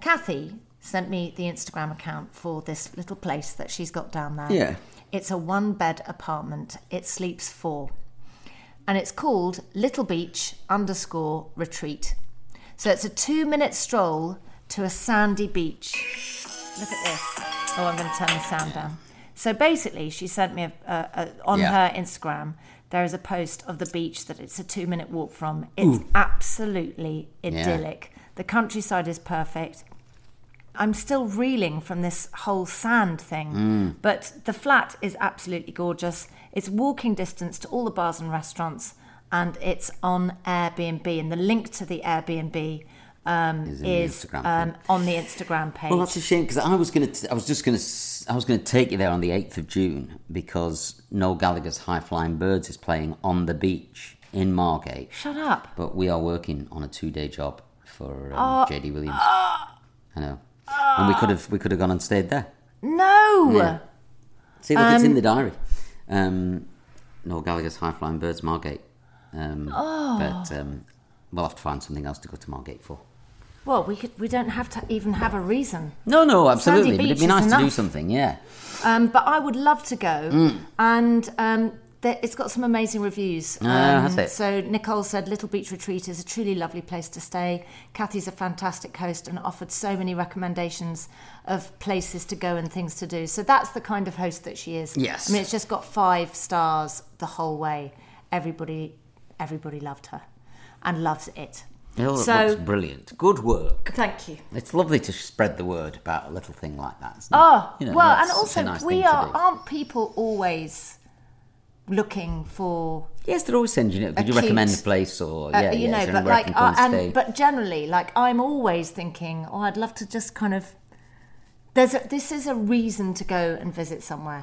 [SPEAKER 2] Kathy sent me the Instagram account for this little place that she's got down there.
[SPEAKER 1] Yeah.
[SPEAKER 2] It's a one bed apartment. It sleeps four. And it's called Little Beach underscore retreat. So it's a two minute stroll to a sandy beach. Look at this. Oh, I'm going to turn the sound down. So basically, she sent me a, a, a, on
[SPEAKER 1] Yeah.
[SPEAKER 2] her Instagram. There is a post of the beach that it's a two minute walk from. It's absolutely idyllic. The countryside is perfect. I'm still reeling from this whole sand thing,
[SPEAKER 1] Mm.
[SPEAKER 2] but the flat is absolutely gorgeous. It's walking distance to all the bars and restaurants, and it's on Airbnb. And the link to the Airbnb um,
[SPEAKER 1] Is in
[SPEAKER 2] is,
[SPEAKER 1] the Instagram
[SPEAKER 2] um,
[SPEAKER 1] thing.
[SPEAKER 2] on the Instagram page.
[SPEAKER 1] Well, that's a shame because I was gonna, t- I was just gonna, s- I was gonna take you there on the eighth of June because Noel Gallagher's High Flying Birds is playing on the beach in Margate,
[SPEAKER 2] Shut up. Ah,
[SPEAKER 1] but we are working on a two-day job for um, JD Williams. I know. and we could have we could have gone and stayed there.
[SPEAKER 2] No.
[SPEAKER 1] Yeah. See, look, it's in the diary. Um, Noel Gallagher's High Flying Birds, Margate. Um,
[SPEAKER 2] Ah.
[SPEAKER 1] But um, we'll have to find something else to go to Margate for.
[SPEAKER 2] Well, we could. We don't have to even have a reason.
[SPEAKER 1] No, no, absolutely. But it'd
[SPEAKER 2] Beach
[SPEAKER 1] be
[SPEAKER 2] is
[SPEAKER 1] nice to do
[SPEAKER 2] enough.
[SPEAKER 1] something, yeah.
[SPEAKER 2] Um, but I would love to go.
[SPEAKER 1] Mm.
[SPEAKER 2] And um, there, it's got some amazing reviews. Um,
[SPEAKER 1] Ah, has it?
[SPEAKER 2] So Nicole said Little Beach Retreat is a truly lovely place to stay. Kathy's a fantastic host and offered so many recommendations of places to go and things to do. So that's the kind of host that she is.
[SPEAKER 1] Yes.
[SPEAKER 2] I mean, it's just got five stars the whole way. Everybody, everybody loved her and loves it.
[SPEAKER 1] Oh,
[SPEAKER 2] So-
[SPEAKER 1] it looks brilliant. Good work.
[SPEAKER 2] Thank you.
[SPEAKER 1] It's lovely to spread the word about a little thing like that. Isn't
[SPEAKER 2] Oh,
[SPEAKER 1] it? You know,
[SPEAKER 2] well,
[SPEAKER 1] that's
[SPEAKER 2] and
[SPEAKER 1] such a
[SPEAKER 2] also
[SPEAKER 1] nice
[SPEAKER 2] we
[SPEAKER 1] thing to
[SPEAKER 2] are
[SPEAKER 1] do.
[SPEAKER 2] aren't people always looking for
[SPEAKER 1] Yes, they're always sending it. Could you
[SPEAKER 2] cute-
[SPEAKER 1] recommend a place or
[SPEAKER 2] uh,
[SPEAKER 1] yeah,
[SPEAKER 2] you
[SPEAKER 1] yeah,
[SPEAKER 2] know,
[SPEAKER 1] is there
[SPEAKER 2] but
[SPEAKER 1] anywhere I
[SPEAKER 2] like
[SPEAKER 1] can come
[SPEAKER 2] uh,
[SPEAKER 1] and stay?
[SPEAKER 2] and but generally like I'm always thinking, oh, I'd love to just kind of there's a, this is a reason to go and visit somewhere.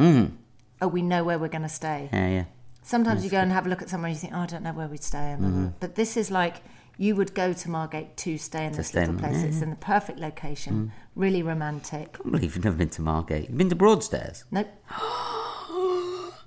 [SPEAKER 2] Oh, we know where we're going to stay.
[SPEAKER 1] Mm-hmm. yeah, yeah.
[SPEAKER 2] Sometimes you go and have a look at somewhere and you think, oh, I don't know where we'd stay. blah, blah,
[SPEAKER 1] Mm-hmm.
[SPEAKER 2] blah. But this is like you would go to Margate to stay in this
[SPEAKER 1] stay
[SPEAKER 2] little
[SPEAKER 1] in-
[SPEAKER 2] place.
[SPEAKER 1] yeah, Mm.
[SPEAKER 2] It's in the perfect location, really romantic.
[SPEAKER 1] I can't believe you've never been to Margate. You've been to Broadstairs.
[SPEAKER 2] Nope.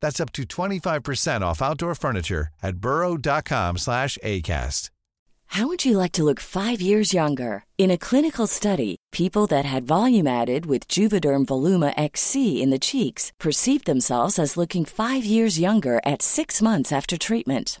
[SPEAKER 5] That's up to 25% off outdoor furniture at burrow.com/acast.
[SPEAKER 6] How would you like to look five years younger? In a clinical study, people that had volume added with Juvederm Voluma XC in the cheeks perceived themselves as looking five years younger at six months after treatment.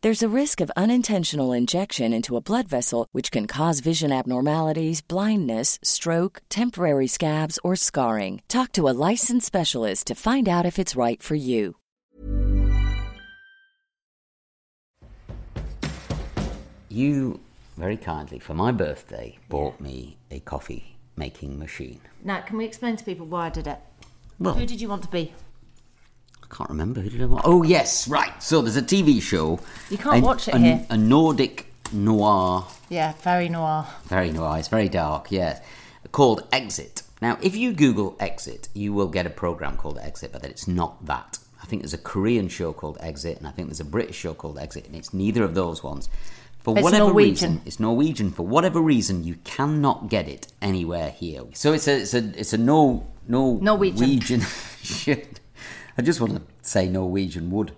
[SPEAKER 6] There's a risk of unintentional injection into a blood vessel, which can cause vision abnormalities, blindness, stroke, temporary scabs, or scarring. Talk to a licensed specialist to find out if it's right for you.
[SPEAKER 1] You very kindly for my birthday bought me a coffee making machine.
[SPEAKER 2] Now, can we explain to people why I did it?
[SPEAKER 1] Well,
[SPEAKER 2] Who did you want to be?
[SPEAKER 1] I can't remember who did I want. Oh yes, right. So there's a TV show.
[SPEAKER 2] You can't
[SPEAKER 1] a-
[SPEAKER 2] watch it
[SPEAKER 1] a-
[SPEAKER 2] here.
[SPEAKER 1] A Nordic noir
[SPEAKER 2] Yeah, very noir.
[SPEAKER 1] Very noir. It's very dark. Yes, called Exit. Now, if you Google Exit, you will get a program called Exit, but it's not that. I think there's a Korean show called Exit, and I think there's a British show called Exit, and it's neither of those ones. For
[SPEAKER 2] It's
[SPEAKER 1] whatever
[SPEAKER 2] Norwegian.
[SPEAKER 1] reason, it's Norwegian. For whatever reason, you cannot get it anywhere here. So it's a it's a it's a no no
[SPEAKER 2] Norwegian.
[SPEAKER 1] shit. I just want to say Norwegian wood.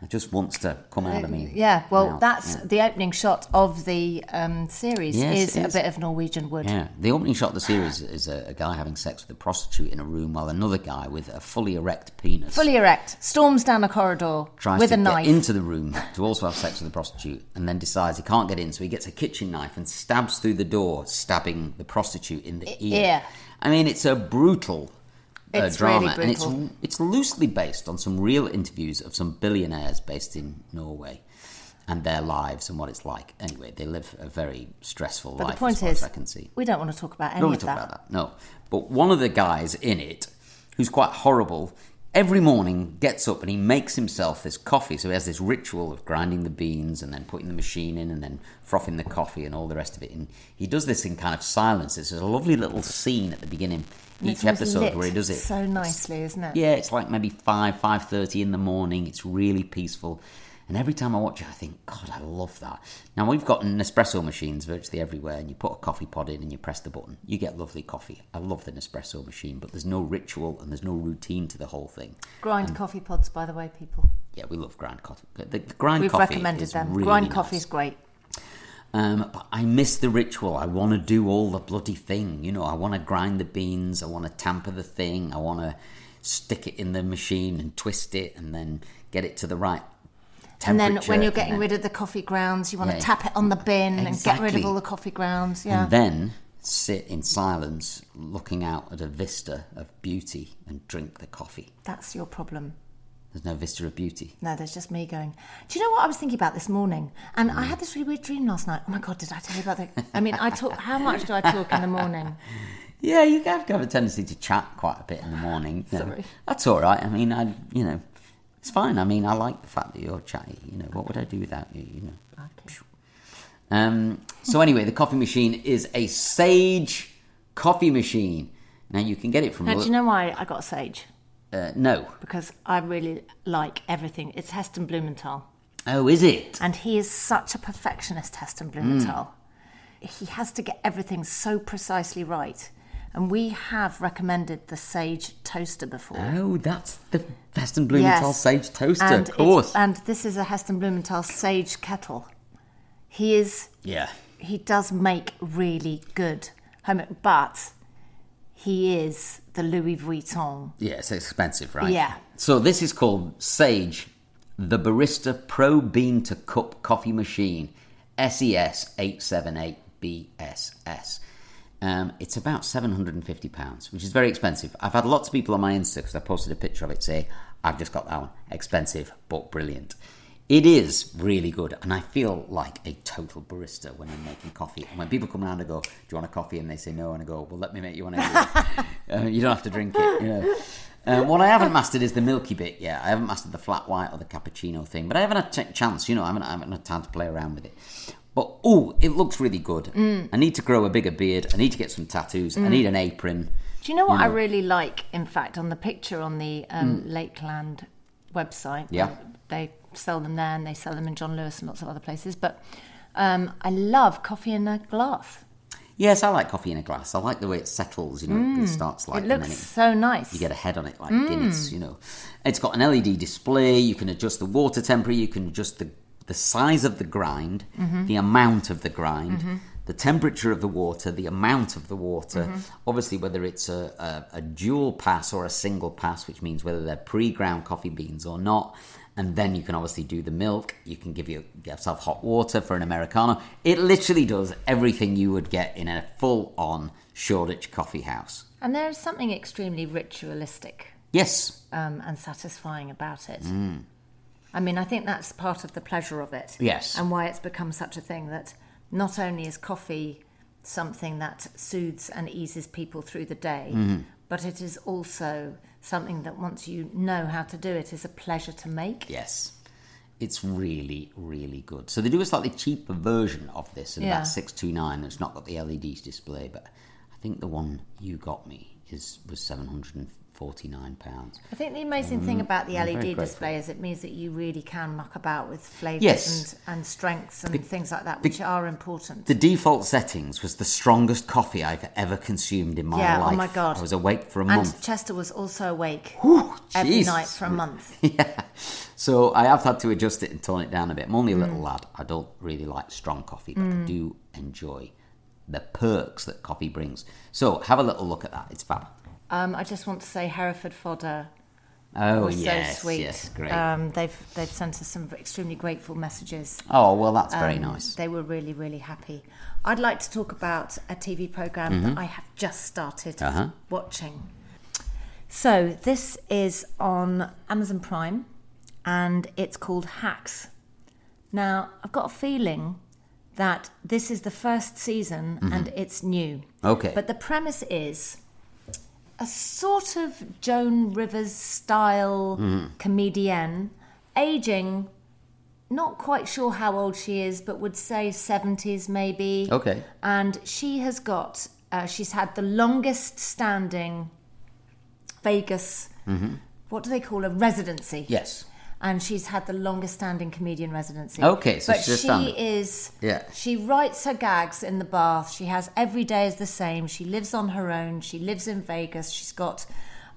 [SPEAKER 1] It just wants to come out of me.
[SPEAKER 2] Yeah, well,
[SPEAKER 1] Now,
[SPEAKER 2] that's
[SPEAKER 1] yeah.
[SPEAKER 2] the opening shot of the um, series
[SPEAKER 1] Yes,
[SPEAKER 2] is,
[SPEAKER 1] it
[SPEAKER 2] a
[SPEAKER 1] is.
[SPEAKER 2] bit of Norwegian wood.
[SPEAKER 1] Yeah, the opening shot of the series is a, a guy having sex with a prostitute in a room while another guy with a fully erect penis
[SPEAKER 2] Fully erect, storms down a corridor
[SPEAKER 1] tries
[SPEAKER 2] with
[SPEAKER 1] to
[SPEAKER 2] a knife.
[SPEAKER 1] get into the room to also have sex with the prostitute and then decides he can't get in, so he gets a kitchen knife and stabs through the door, stabbing the prostitute in the ear.
[SPEAKER 2] ear.
[SPEAKER 1] I mean, it's a brutal uh,
[SPEAKER 2] It's really
[SPEAKER 1] drama, and
[SPEAKER 2] brutal.
[SPEAKER 1] it's it's loosely based on some real interviews of some billionaires based in Norway. And their lives and what it's like. Anyway, they live a very stressful
[SPEAKER 2] but
[SPEAKER 1] life.
[SPEAKER 2] the point
[SPEAKER 1] as far
[SPEAKER 2] is,
[SPEAKER 1] as I can see.
[SPEAKER 2] we don't want to talk about any
[SPEAKER 1] Don't
[SPEAKER 2] of
[SPEAKER 1] want to talk
[SPEAKER 2] that.
[SPEAKER 1] about that. No. But one of the guys in it, who's quite horrible, every morning gets up and he makes himself this coffee. So he has this ritual of grinding the beans and then putting the machine in and then frothing the coffee and all the rest of it. And he does this in kind of silence. It's a lovely little scene at the beginning,
[SPEAKER 2] And
[SPEAKER 1] each
[SPEAKER 2] it's always
[SPEAKER 1] episode
[SPEAKER 2] lit
[SPEAKER 1] where he does it.
[SPEAKER 2] so nicely, isn't it?
[SPEAKER 1] Yeah, it's like maybe five, five thirty in the morning. It's really peaceful, and every time I watch it, I think, God, I love that. Now we've got Nespresso machines virtually everywhere, and you put a coffee pod in and you press the button, you get lovely coffee. I love the Nespresso machine, but there's no ritual and there's no routine to the whole thing.
[SPEAKER 2] Grind coffee pods, by the way, people.
[SPEAKER 1] yeah, we love grind coffee. The grind
[SPEAKER 2] We've
[SPEAKER 1] coffee
[SPEAKER 2] recommended
[SPEAKER 1] is
[SPEAKER 2] them.
[SPEAKER 1] really
[SPEAKER 2] Grind
[SPEAKER 1] nice.
[SPEAKER 2] coffee's great.
[SPEAKER 1] Um, but I miss the ritual. I want to do all the bloody thing. You know, I want to grind the beans. I want to tamper the thing. I want to stick it in the machine and twist it, and then get it to the right
[SPEAKER 2] And
[SPEAKER 1] temperature.
[SPEAKER 2] then when you're
[SPEAKER 1] and
[SPEAKER 2] getting
[SPEAKER 1] then-
[SPEAKER 2] rid of the coffee grounds, you want
[SPEAKER 1] Yeah.
[SPEAKER 2] to tap it on the bin and get rid
[SPEAKER 1] Exactly.
[SPEAKER 2] of all the coffee grounds. Yeah.
[SPEAKER 1] and then sit in silence, looking out at a vista of beauty, and drink the coffee.
[SPEAKER 2] That's your problem.
[SPEAKER 1] There's no vista of beauty.
[SPEAKER 2] No, there's just me going. Do you know what I was thinking about this morning? And I had this really weird dream last night. Oh my god, did I tell you about that? I mean, I talk. How much do I talk in the morning?
[SPEAKER 1] Yeah, you have to have a tendency to chat quite a bit in the morning. you know.
[SPEAKER 2] Sorry.
[SPEAKER 1] That's all right. I mean, I, you know, it's fine. I mean, I like the fact that you're chatty. You know, what would I do without you? You know. Um, so anyway, the coffee machine is a Sage coffee machine. Now you can get it from.
[SPEAKER 2] Now, do you know why I got Sage?
[SPEAKER 1] uh, no.
[SPEAKER 2] Because I really like everything. It's Heston Blumenthal,
[SPEAKER 1] Oh, is it?
[SPEAKER 2] and he is such a perfectionist. Heston Blumenthal.
[SPEAKER 1] Mm.
[SPEAKER 2] He has to get everything so precisely right. And we have recommended the Sage toaster before.
[SPEAKER 1] Oh, that's the Western Blumenthal Sage toaster, of course.
[SPEAKER 2] it's- uh, And this is a Heston Blumenthal Sage kettle. He is
[SPEAKER 1] yeah.
[SPEAKER 2] he does make really good home, but he is the Louis Vuitton.
[SPEAKER 1] Yeah, it's expensive, right?
[SPEAKER 2] Yeah.
[SPEAKER 1] So this is called Sage, the Barista Pro Bean to Cup Coffee Machine, E SES 878BSS. Um, it's about £750, which is very expensive. I've had lots of people on my Insta because I posted a picture of it say, I've just got that one. Expensive, but brilliant. It is really good, and I feel like a total barista when I'm making coffee. And when people come around and go, "Do you want a coffee?" and they say no, and I go, "Well, let me make you one." Anyway. uh, you don't have to drink it. You know. Uh, what I haven't mastered is the milky bit. Yeah, I haven't mastered the flat white or the cappuccino thing, but I haven't had a chance. You know, I haven't, I haven't had time to play around with it. But oh, it looks really good.
[SPEAKER 2] Mm.
[SPEAKER 1] I need to grow a bigger beard. I need to get some tattoos. I need an apron.
[SPEAKER 2] Do you know
[SPEAKER 1] Mm.
[SPEAKER 2] what I really like? In fact, on the picture on the um, Lakeland website,
[SPEAKER 1] Yeah.
[SPEAKER 2] they sell them there and they sell them in John Lewis and lots of other places. But um, I love coffee in a glass.
[SPEAKER 1] Yes, I like coffee in a glass. I like the way it settles. You know, it starts like
[SPEAKER 2] Mm. It
[SPEAKER 1] and
[SPEAKER 2] looks
[SPEAKER 1] then it
[SPEAKER 2] so nice.
[SPEAKER 1] you get a head on it like Guinness, you know. It's got an LED display, you can adjust the water temperature, you can adjust the, the size of the grind, the amount of the grind, the temperature of the water, the amount of the water. Obviously, whether it's a, a, a dual pass or a single pass, which means whether they're pre ground coffee beans or not. And then you can obviously do the milk. You can give your- yourself hot water for an Americano. It literally does everything you would get in a full on Shoreditch coffee house.
[SPEAKER 2] and there is something extremely ritualistic
[SPEAKER 1] Yes,
[SPEAKER 2] um, and satisfying about it.
[SPEAKER 1] Mm.
[SPEAKER 2] I mean, I think that's part of the pleasure of it.
[SPEAKER 1] Yes.
[SPEAKER 2] And why it's become such a thing that not only is coffee something that soothes and eases people through the day,
[SPEAKER 1] Mm-hmm.
[SPEAKER 2] but it is also something that once you know how to do it is a pleasure to make.
[SPEAKER 1] Yes. It's really, really good. So they do a slightly cheaper version of this, and
[SPEAKER 2] Yeah.
[SPEAKER 1] that's six two nine. It's not got the LEDs display, but I think the one you got me is was seven hundred and forty nine pounds.
[SPEAKER 2] I think the amazing thing about the
[SPEAKER 1] Mm-hmm. very
[SPEAKER 2] LED
[SPEAKER 1] grateful.
[SPEAKER 2] display is it means that you really can muck about with flavours
[SPEAKER 1] Yes.
[SPEAKER 2] and, and strengths and things like that, which are important.
[SPEAKER 1] The default settings was the strongest coffee I've ever consumed in my
[SPEAKER 2] Yeah, oh
[SPEAKER 1] life.
[SPEAKER 2] my God.
[SPEAKER 1] I was awake for a
[SPEAKER 2] and
[SPEAKER 1] month.
[SPEAKER 2] Chester was also awake every
[SPEAKER 1] Every
[SPEAKER 2] night for a month.
[SPEAKER 1] yeah. So I have had to adjust it and tone it down a bit. I'm only a
[SPEAKER 2] Mm.
[SPEAKER 1] little lad. I don't really like strong coffee, but I do enjoy the perks that coffee brings. So have a little look at that. It's fab.
[SPEAKER 2] Um, I just want to say Hereford Fodder
[SPEAKER 1] Oh
[SPEAKER 2] was
[SPEAKER 1] yes,
[SPEAKER 2] so sweet.
[SPEAKER 1] yes, great.
[SPEAKER 2] Um, they've they've sent us some extremely grateful messages.
[SPEAKER 1] oh well, that's very
[SPEAKER 2] Um,
[SPEAKER 1] nice.
[SPEAKER 2] They were really really happy. I'd like to talk about a TV program that I have just started
[SPEAKER 1] Mm-hmm. Uh-huh.
[SPEAKER 2] watching. So this is on Amazon Prime, and it's called Hacks. Now I've got a feeling that this is the first season
[SPEAKER 1] Mm-hmm.
[SPEAKER 2] and it's new.
[SPEAKER 1] Okay.
[SPEAKER 2] But the premise is a sort of Joan Rivers style comedienne, aging, not quite sure how old she is, but would say 70s maybe.
[SPEAKER 1] Okay.
[SPEAKER 2] And she has got, uh, she's had the longest standing Vegas, what do they call a residency?
[SPEAKER 1] Yes.
[SPEAKER 2] and she's had the longest standing comedian residency.
[SPEAKER 1] Okay, so
[SPEAKER 2] but
[SPEAKER 1] she's a
[SPEAKER 2] she
[SPEAKER 1] stand-up.
[SPEAKER 2] is
[SPEAKER 1] Yeah.
[SPEAKER 2] She writes her gags in the bath. She has every day is the same. She lives on her own. She lives in Vegas. She's got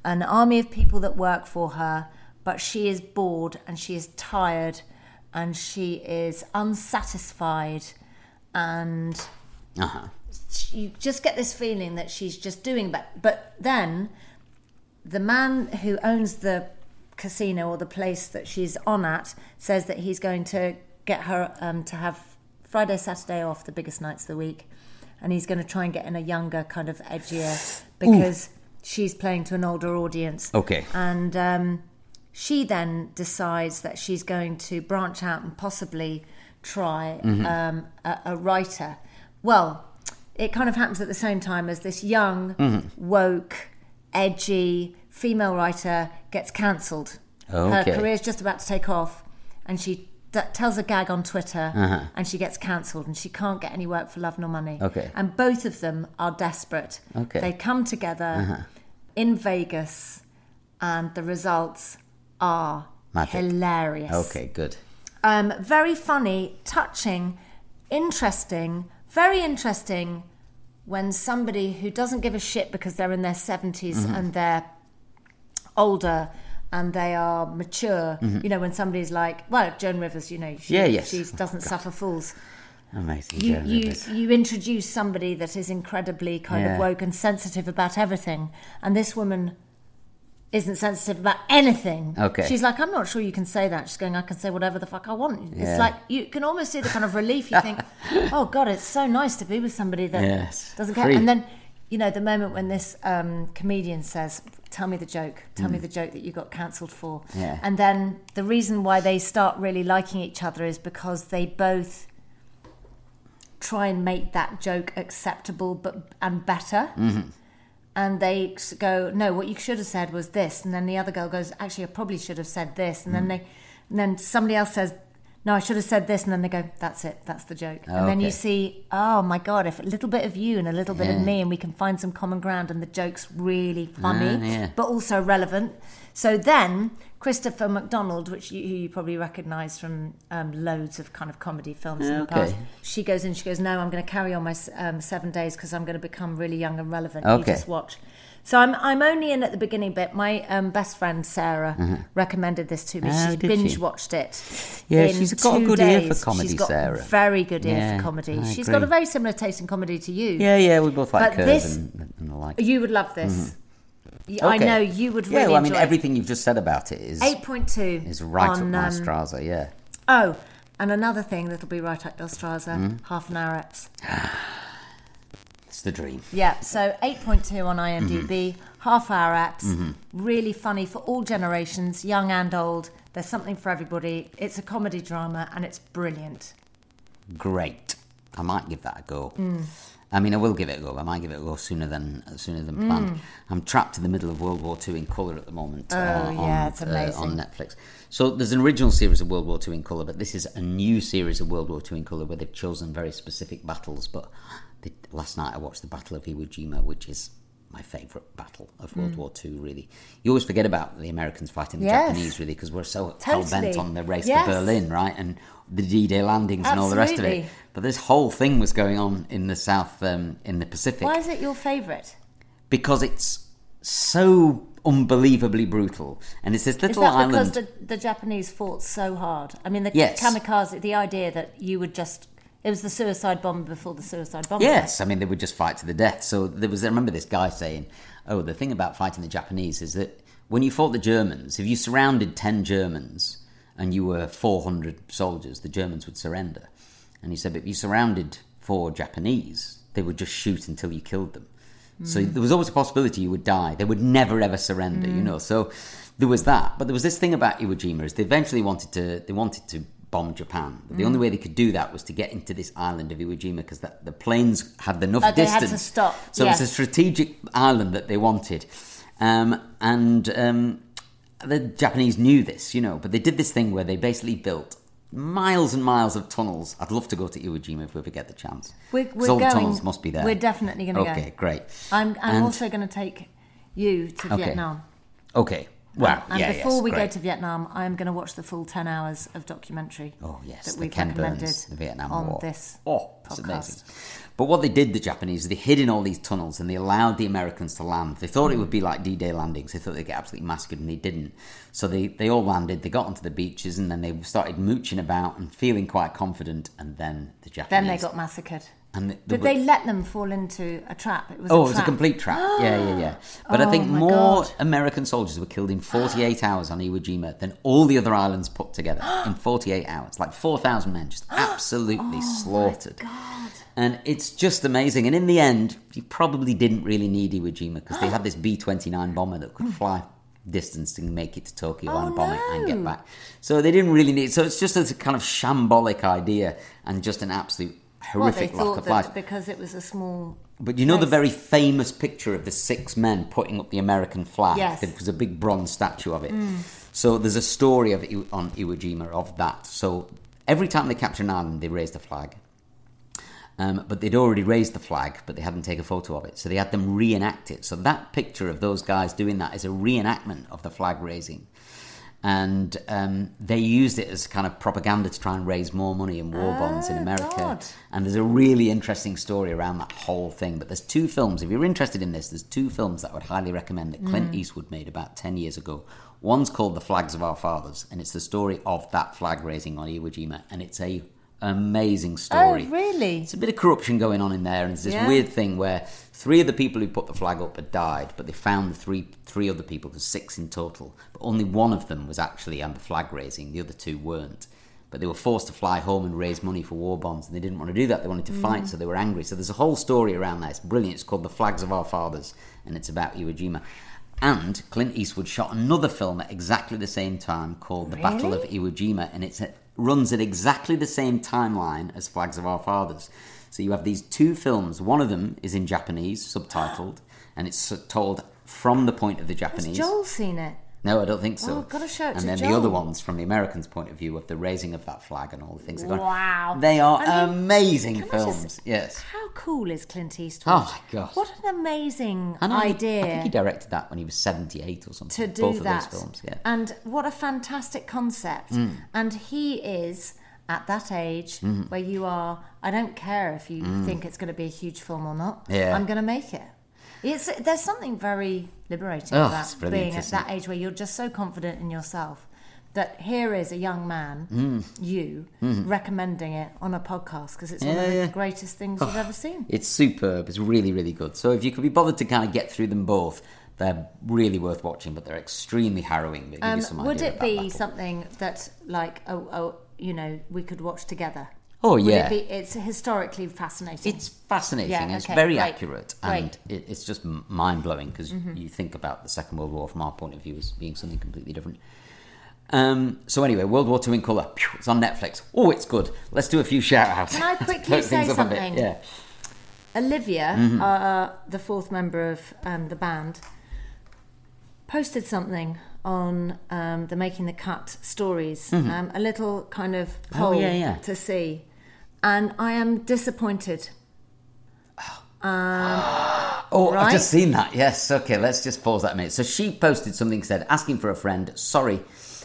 [SPEAKER 2] an army of people that work for her, but she is bored and she is tired and she is unsatisfied and
[SPEAKER 1] Uh huh.
[SPEAKER 2] you just get this feeling that she's just doing that. But then the man who owns the casino or the place that she's on at says that he's going to get her um, to have Friday, Saturday off, the biggest nights of the week. And he's going to try and get in a younger, kind of edgier, because she's playing to an older audience.
[SPEAKER 1] Okay.
[SPEAKER 2] And um, she then decides that she's going to branch out and possibly try
[SPEAKER 1] Mm-hmm.
[SPEAKER 2] um, a, a writer. Well, it kind of happens at the same time as this young,
[SPEAKER 1] Mm-hmm.
[SPEAKER 2] woke, edgy female writer gets cancelled.
[SPEAKER 1] Okay.
[SPEAKER 2] Her career's just about to take off, and she d- tells a gag on Twitter,
[SPEAKER 1] Uh-huh.
[SPEAKER 2] and she gets cancelled, and she can't get any work for love nor money.
[SPEAKER 1] Okay.
[SPEAKER 2] And both of them are desperate.
[SPEAKER 1] Okay. Uh-huh.
[SPEAKER 2] They come together in Vegas, and the results are
[SPEAKER 1] Magic.
[SPEAKER 2] hilarious.
[SPEAKER 1] Okay. Good.
[SPEAKER 2] Um, very funny, touching, interesting, very interesting when somebody who doesn't give a shit because they're in their 70s
[SPEAKER 1] Mm-hmm.
[SPEAKER 2] and they're older and they are mature. You know, when somebody's like, well, Joan Rivers, you know,
[SPEAKER 1] Mm-hmm.
[SPEAKER 2] she,
[SPEAKER 1] Yeah, yes. Oh,
[SPEAKER 2] she doesn't suffer fools.
[SPEAKER 1] Amazing.
[SPEAKER 2] You,
[SPEAKER 1] Joan
[SPEAKER 2] you,
[SPEAKER 1] Rivers.
[SPEAKER 2] you introduce somebody that is incredibly kind
[SPEAKER 1] Yeah.
[SPEAKER 2] of woke and sensitive about everything. And this woman isn't sensitive about anything.
[SPEAKER 1] Okay.
[SPEAKER 2] She's like, I'm not sure you can say that. She's going, I can say whatever the fuck I want.
[SPEAKER 1] Yeah.
[SPEAKER 2] It's like, you can almost see the kind of relief. You think, oh God, it's so nice to be with somebody that
[SPEAKER 1] Yes.
[SPEAKER 2] doesn't care.
[SPEAKER 1] Free.
[SPEAKER 2] And then, you know, the moment when this um, comedian says, Tell me the joke. Tell me the joke that you got cancelled for.
[SPEAKER 1] Mm. Yeah.
[SPEAKER 2] And then the reason why they start really liking each other is because they both try and make that joke acceptable but and better.
[SPEAKER 1] Mm-hmm.
[SPEAKER 2] And they s- go, no, what you should have said was this. And then the other girl goes, actually, I probably should have said this.
[SPEAKER 1] Mm.
[SPEAKER 2] And then they, and then somebody else says, no, I should have said this. And then they go, that's it, that's the joke. And then you
[SPEAKER 1] Okay.
[SPEAKER 2] see, oh my god, if a little bit of you and a little bit of me, and we can find some common ground, and the joke's really funny,
[SPEAKER 1] Ah, yeah.
[SPEAKER 2] but also relevant. So then Christopher McDonald, which you, who you probably recognise from um, loads of kind of comedy films in the
[SPEAKER 1] Okay.
[SPEAKER 2] past, she goes in, she goes, no, I'm going to carry on my s- um, seven days because I'm going to become really young and relevant. You
[SPEAKER 1] Okay.
[SPEAKER 2] just watch. So I'm I'm only in at the beginning bit. My um, best friend Sarah recommended this to me.
[SPEAKER 1] Oh,
[SPEAKER 2] she
[SPEAKER 1] Mm-hmm. did she?
[SPEAKER 2] binge watched it.
[SPEAKER 1] Yeah,
[SPEAKER 2] in
[SPEAKER 1] she's got a
[SPEAKER 2] two
[SPEAKER 1] good ear for
[SPEAKER 2] days.
[SPEAKER 1] comedy,
[SPEAKER 2] She's got
[SPEAKER 1] Sarah.
[SPEAKER 2] Very good ear
[SPEAKER 1] Yeah,
[SPEAKER 2] for comedy.
[SPEAKER 1] I
[SPEAKER 2] She's
[SPEAKER 1] agree.
[SPEAKER 2] got a very similar taste in comedy to you.
[SPEAKER 1] Yeah. Yeah. We both like
[SPEAKER 2] But
[SPEAKER 1] her
[SPEAKER 2] this-
[SPEAKER 1] and, and the like.
[SPEAKER 2] You would love this. Y- I
[SPEAKER 1] Mm-hmm. Okay.
[SPEAKER 2] know you would
[SPEAKER 1] Yeah.
[SPEAKER 2] really
[SPEAKER 1] well, I mean,
[SPEAKER 2] enjoy it.
[SPEAKER 1] everything you've just said about it is
[SPEAKER 2] 8.2
[SPEAKER 1] is right
[SPEAKER 2] on,
[SPEAKER 1] up my
[SPEAKER 2] um,
[SPEAKER 1] Straza. Yeah.
[SPEAKER 2] Oh, and another thing that'll be right up your Straza,
[SPEAKER 1] Mm-hmm.
[SPEAKER 2] half an hour apps.
[SPEAKER 1] It's the dream.
[SPEAKER 2] Yeah, so 8.2 on IMDb,
[SPEAKER 1] Mm-hmm.
[SPEAKER 2] half hour apps, really funny for all generations, young and old. There's something for everybody. It's a comedy drama and it's brilliant.
[SPEAKER 1] great. I might give that a go.
[SPEAKER 2] Mm.
[SPEAKER 1] I mean, I will give it a go. I might give it a go sooner than sooner than
[SPEAKER 2] Mm.
[SPEAKER 1] planned. I'm trapped in the middle of World War II in colour at the moment. Oh
[SPEAKER 2] yeah, it's
[SPEAKER 1] on
[SPEAKER 2] amazing.
[SPEAKER 1] Netflix. So there's an original series of World War II in colour, but this is a new series of World War II in colour where they've chosen very specific battles. But the, last night I watched the Battle of Iwo Jima, which is my favourite battle
[SPEAKER 2] Mm.
[SPEAKER 1] of World War II. Really, you always forget about the Americans fighting the
[SPEAKER 2] Yes.
[SPEAKER 1] Japanese, really, because we're so hell
[SPEAKER 2] Totally.
[SPEAKER 1] bent on the race
[SPEAKER 2] Yes.
[SPEAKER 1] for Berlin, right, and the D-Day landings and all the rest of it.
[SPEAKER 2] Absolutely.
[SPEAKER 1] But this whole thing was going on in the South, um, in the Pacific,
[SPEAKER 2] Why is it your favourite?
[SPEAKER 1] because it's so unbelievably brutal, and it's this
[SPEAKER 2] Is
[SPEAKER 1] little
[SPEAKER 2] that
[SPEAKER 1] island.
[SPEAKER 2] because the, the Japanese fought so hard? I mean, the
[SPEAKER 1] Yes.
[SPEAKER 2] kamikaze, the idea that you would just. It was the suicide bomber before the suicide bomber.
[SPEAKER 1] Yes, I mean they would just fight to the death. So there was. I remember this guy saying, "Oh, the thing about fighting the Japanese is that when you fought the Germans, if you surrounded ten Germans and you were four hundred soldiers, the Germans would surrender." And he said, "But if you surrounded four Japanese, they would just shoot until you killed them." So there was always a possibility you would die. They would never ever surrender,
[SPEAKER 2] Mm.
[SPEAKER 1] you know. So there was that, but there was this thing about Iwo Jima is they eventually wanted to they wanted to bomb Japan. But the
[SPEAKER 2] Mm.
[SPEAKER 1] only way they could do that was to get into this island of Iwo Jima because the, the planes had enough
[SPEAKER 2] Oh, they had
[SPEAKER 1] distance.
[SPEAKER 2] to stop,
[SPEAKER 1] So it
[SPEAKER 2] yes.
[SPEAKER 1] was a strategic island that they wanted, um, and um, the Japanese knew this, you know. But they did this thing where they basically built. Miles and miles of tunnels. I'd love to go to Iwo Jima if we ever get the chance.
[SPEAKER 2] We're-
[SPEAKER 1] 'Cause
[SPEAKER 2] we're
[SPEAKER 1] all the
[SPEAKER 2] going-
[SPEAKER 1] tunnels must be there.
[SPEAKER 2] we're definitely gonna go.
[SPEAKER 1] Okay, great.
[SPEAKER 2] I'm, I'm
[SPEAKER 1] And-
[SPEAKER 2] also going to take you to
[SPEAKER 1] Okay.
[SPEAKER 2] Vietnam.
[SPEAKER 1] Okay. Wow.
[SPEAKER 2] And
[SPEAKER 1] yeah,
[SPEAKER 2] before
[SPEAKER 1] yes,
[SPEAKER 2] we go
[SPEAKER 1] great.
[SPEAKER 2] to Vietnam, I'm going to watch the full 10 hours of documentary
[SPEAKER 1] Oh yes,
[SPEAKER 2] that
[SPEAKER 1] the
[SPEAKER 2] we've
[SPEAKER 1] Ken
[SPEAKER 2] recommended
[SPEAKER 1] Burns, the Vietnam
[SPEAKER 2] on
[SPEAKER 1] War.
[SPEAKER 2] this.
[SPEAKER 1] oh, it's
[SPEAKER 2] podcast.
[SPEAKER 1] amazing. But what they did, the Japanese, they hid in all these tunnels and they allowed the Americans to land. They thought it would be like D-Day landings. They thought they'd get absolutely massacred, and they didn't. So they, they all landed. They got onto the beaches, and then they started mooching about and feeling quite confident. And then the Japanese.
[SPEAKER 2] Then they got massacred.
[SPEAKER 1] And the, the-
[SPEAKER 2] Did they let them fall into a trap? It was
[SPEAKER 1] Oh,
[SPEAKER 2] a
[SPEAKER 1] it was a
[SPEAKER 2] trap.
[SPEAKER 1] complete trap. yeah, yeah, yeah. But I
[SPEAKER 2] Oh
[SPEAKER 1] think
[SPEAKER 2] my
[SPEAKER 1] more
[SPEAKER 2] God.
[SPEAKER 1] American soldiers were killed in 48 hours on Iwo Jima than all the other islands put together in 48 hours. Like 4,000 men just
[SPEAKER 2] Oh
[SPEAKER 1] absolutely slaughtered. And it's just amazing. And in the end, you probably didn't really need Iwo Jima because they had this B 29 bomber that could fly distance and make it to Tokyo
[SPEAKER 2] Oh,
[SPEAKER 1] and bomb it and get back. So they didn't really need So it's just a kind of shambolic idea and just an absolute
[SPEAKER 2] Well, they
[SPEAKER 1] horrific lack
[SPEAKER 2] thought
[SPEAKER 1] of life.
[SPEAKER 2] that because it was a small.
[SPEAKER 1] But you know the
[SPEAKER 2] Nice.
[SPEAKER 1] very famous picture of the six men putting up the American flag?
[SPEAKER 2] Yes. Mm.
[SPEAKER 1] There was a big bronze statue of it. So there's a story of it on Iwo Jima of that. So every time they captured an island, they raised a flag. Um, but they'd already raised the flag, but they hadn't taken a photo of it. So they had them reenact it. So that picture of those guys doing that is a reenactment of the flag raising. And um, they used it as kind of propaganda to try and raise more money in war bonds in America.
[SPEAKER 2] Ah, God.
[SPEAKER 1] And there's a really interesting story around that whole thing. But there's two films, if you're interested in this, there's two films that I would highly recommend that Clint Eastwood made about 10 years ago. One's called The Flags of Our Fathers, and it's the story of that flag raising on Iwo Jima. And it's a amazing story.
[SPEAKER 2] Oh, really?
[SPEAKER 1] It's a bit of corruption going on in there, and it's this
[SPEAKER 2] Yeah.
[SPEAKER 1] weird thing where three of the people who put the flag up had died, but they found the three three other people, there's six in total, but only one of them was actually under flag raising. The other two weren't. But they were forced to fly home and raise money for war bonds, and they didn't want to do that. They wanted to fight, so they were angry. So there's a whole story around that. It's brilliant. It's called The Flags of Our Fathers, and it's about Iwo Jima. And Clint Eastwood shot another film at exactly the same time called The Battle of Iwo Jima, and it's it runs at exactly the same timeline as Flags of Our Fathers. So you have these two films. One of them is in Japanese, subtitled, and it's told from the point of the Japanese.
[SPEAKER 2] Has Joel seen it?
[SPEAKER 1] No, I don't think so.
[SPEAKER 2] Oh, gotta show it
[SPEAKER 1] and
[SPEAKER 2] to
[SPEAKER 1] then the
[SPEAKER 2] Joel.
[SPEAKER 1] other ones from the Americans' point of view of the raising of that flag and all the things. that go on.
[SPEAKER 2] Wow.
[SPEAKER 1] they are
[SPEAKER 2] I mean,
[SPEAKER 1] amazing
[SPEAKER 2] can I just-
[SPEAKER 1] films. yes.
[SPEAKER 2] How cool is Clint Eastwood?
[SPEAKER 1] Oh my god.
[SPEAKER 2] What an amazing
[SPEAKER 1] And I,
[SPEAKER 2] idea
[SPEAKER 1] I think he directed that when he was seventy-eight or something.
[SPEAKER 2] to do
[SPEAKER 1] both
[SPEAKER 2] that.
[SPEAKER 1] of those films. Yeah. Mm.
[SPEAKER 2] And what a fantastic concept. And he is at that age
[SPEAKER 1] Mm-hmm.
[SPEAKER 2] where you are, I don't care if you think it's going to be a huge film or not,
[SPEAKER 1] Mm. Yeah.
[SPEAKER 2] I'm going to make it. It's, there's something very liberating
[SPEAKER 1] Oh,
[SPEAKER 2] about
[SPEAKER 1] it's brilliant,
[SPEAKER 2] being at
[SPEAKER 1] isn't
[SPEAKER 2] that age where you're just so confident in yourself that here is a young man,
[SPEAKER 1] Mm.
[SPEAKER 2] you, recommending it on a podcast because it's one of the
[SPEAKER 1] Mm-hmm. yeah. Oh.
[SPEAKER 2] greatest things you've ever seen.
[SPEAKER 1] It's superb. It's really, really good. So if you could be bothered to kind of get through them both, they're really worth watching, but they're extremely harrowing. They give you some idea
[SPEAKER 2] Um, would
[SPEAKER 1] of
[SPEAKER 2] it
[SPEAKER 1] that
[SPEAKER 2] be
[SPEAKER 1] battle.
[SPEAKER 2] something that like oh, oh you know we could watch together
[SPEAKER 1] Oh
[SPEAKER 2] Would
[SPEAKER 1] yeah,
[SPEAKER 2] it be, it's historically fascinating
[SPEAKER 1] it's fascinating.
[SPEAKER 2] Yeah,
[SPEAKER 1] and it's
[SPEAKER 2] okay,
[SPEAKER 1] very
[SPEAKER 2] great,
[SPEAKER 1] accurate,
[SPEAKER 2] great. Mm-hmm.
[SPEAKER 1] and it, it's just mind blowing because you think about the Second World War from our point of view as being something completely different. Um, so anyway, World War Two in color. It's on Netflix. Oh, it's good. Let's do a few shout outs.
[SPEAKER 2] Can I quickly say something?
[SPEAKER 1] Yeah.
[SPEAKER 2] olivia
[SPEAKER 1] Mm-hmm.
[SPEAKER 2] uh, the fourth member of um, the band posted something on um, the making the cut stories um, a little kind of poll
[SPEAKER 1] Mm-hmm. Oh, yeah, yeah.
[SPEAKER 2] to see and i am disappointed
[SPEAKER 1] Oh, I've
[SPEAKER 2] Right?
[SPEAKER 1] just seen that. Yes. Okay, let's just pause that a minute. So she posted something said, asking for a friend. Sorry,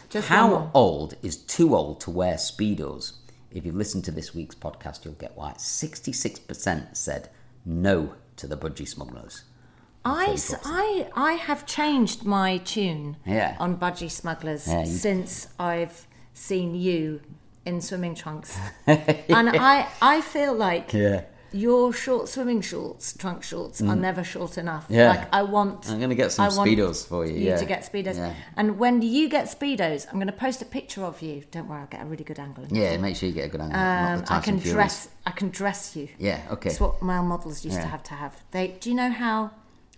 [SPEAKER 2] Just
[SPEAKER 1] how
[SPEAKER 2] one more.
[SPEAKER 1] old is too old to wear speedos? If you listen to this week's podcast, you'll get why. Sixty-six percent said no to the budgie smugglers.
[SPEAKER 2] I, s- I, I have changed my tune
[SPEAKER 1] Yeah.
[SPEAKER 2] on Budgie Smugglers
[SPEAKER 1] Yeah, you-
[SPEAKER 2] since I've seen you in swimming trunks. And I, I feel like
[SPEAKER 1] Yeah. Mm.
[SPEAKER 2] your short swimming shorts, trunk shorts, are never short enough.
[SPEAKER 1] Yeah.
[SPEAKER 2] Like, I want.
[SPEAKER 1] I'm gonna get some
[SPEAKER 2] I want
[SPEAKER 1] Speedos for you, yeah.
[SPEAKER 2] to get Speedos.
[SPEAKER 1] Yeah.
[SPEAKER 2] And when you get Speedos, I'm going to post a picture of you. Don't worry, I'll get a really good angle.
[SPEAKER 1] Yeah, make sure you get a good angle. not
[SPEAKER 2] Um,
[SPEAKER 1] the
[SPEAKER 2] I
[SPEAKER 1] Tyson
[SPEAKER 2] can
[SPEAKER 1] Furies.
[SPEAKER 2] dress. I can dress you.
[SPEAKER 1] Yeah. Okay.
[SPEAKER 2] It's what male models used to
[SPEAKER 1] Yeah.
[SPEAKER 2] have to have. They do you know how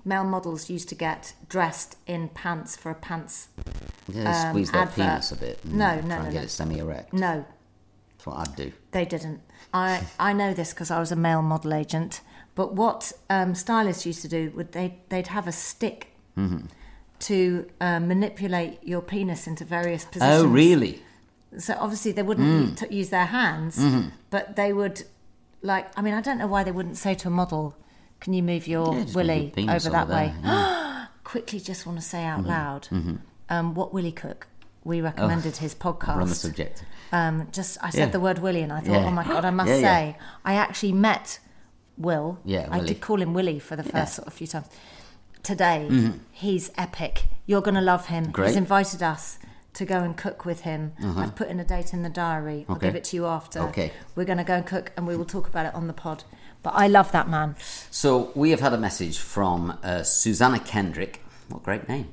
[SPEAKER 2] male models used to get dressed in pants for a pants?
[SPEAKER 1] Yeah, squeeze their
[SPEAKER 2] um, advert.
[SPEAKER 1] penis a bit. and
[SPEAKER 2] No,
[SPEAKER 1] Try
[SPEAKER 2] no,
[SPEAKER 1] and get
[SPEAKER 2] no, no.
[SPEAKER 1] it semi-erect.
[SPEAKER 2] No,
[SPEAKER 1] That's what I'd do.
[SPEAKER 2] they didn't. I I know this because I was a male model agent. But what um, stylists used to do would they they'd have a stick
[SPEAKER 1] Mm-hmm.
[SPEAKER 2] to uh, manipulate your penis into various positions.
[SPEAKER 1] Oh, really?
[SPEAKER 2] So obviously they wouldn't
[SPEAKER 1] Hmm.
[SPEAKER 2] u- t- use their hands,
[SPEAKER 1] Mm-hmm.
[SPEAKER 2] but they would like. I mean, I don't know why they wouldn't say to a model, "Can you move your
[SPEAKER 1] Yeah, just move your
[SPEAKER 2] willy
[SPEAKER 1] penis
[SPEAKER 2] over that
[SPEAKER 1] over there, Mm-hmm.
[SPEAKER 2] way?" Quickly, just want to say out loud um, What Willie Cook. We recommended his podcast.
[SPEAKER 1] We're on the subject.
[SPEAKER 2] Um, just I said
[SPEAKER 1] Yeah.
[SPEAKER 2] the word Willie, and I thought,
[SPEAKER 1] Yeah.
[SPEAKER 2] oh my god, I must
[SPEAKER 1] Yeah, yeah.
[SPEAKER 2] say, I actually met Will.
[SPEAKER 1] Yeah,
[SPEAKER 2] I
[SPEAKER 1] Willie.
[SPEAKER 2] did call him Willie for the first sort of few times. Today, he's epic. You're going to love him.
[SPEAKER 1] Mm-hmm. Great. Uh-huh.
[SPEAKER 2] He's invited us to go and cook with him. I've put in a date in the diary. I'll
[SPEAKER 1] Okay.
[SPEAKER 2] give it to you after.
[SPEAKER 1] Okay.
[SPEAKER 2] We're going to go and cook, and we will talk about it on the pod. But I love that man.
[SPEAKER 1] So we have had a message from uh, Susanna Kendrick. What a great name.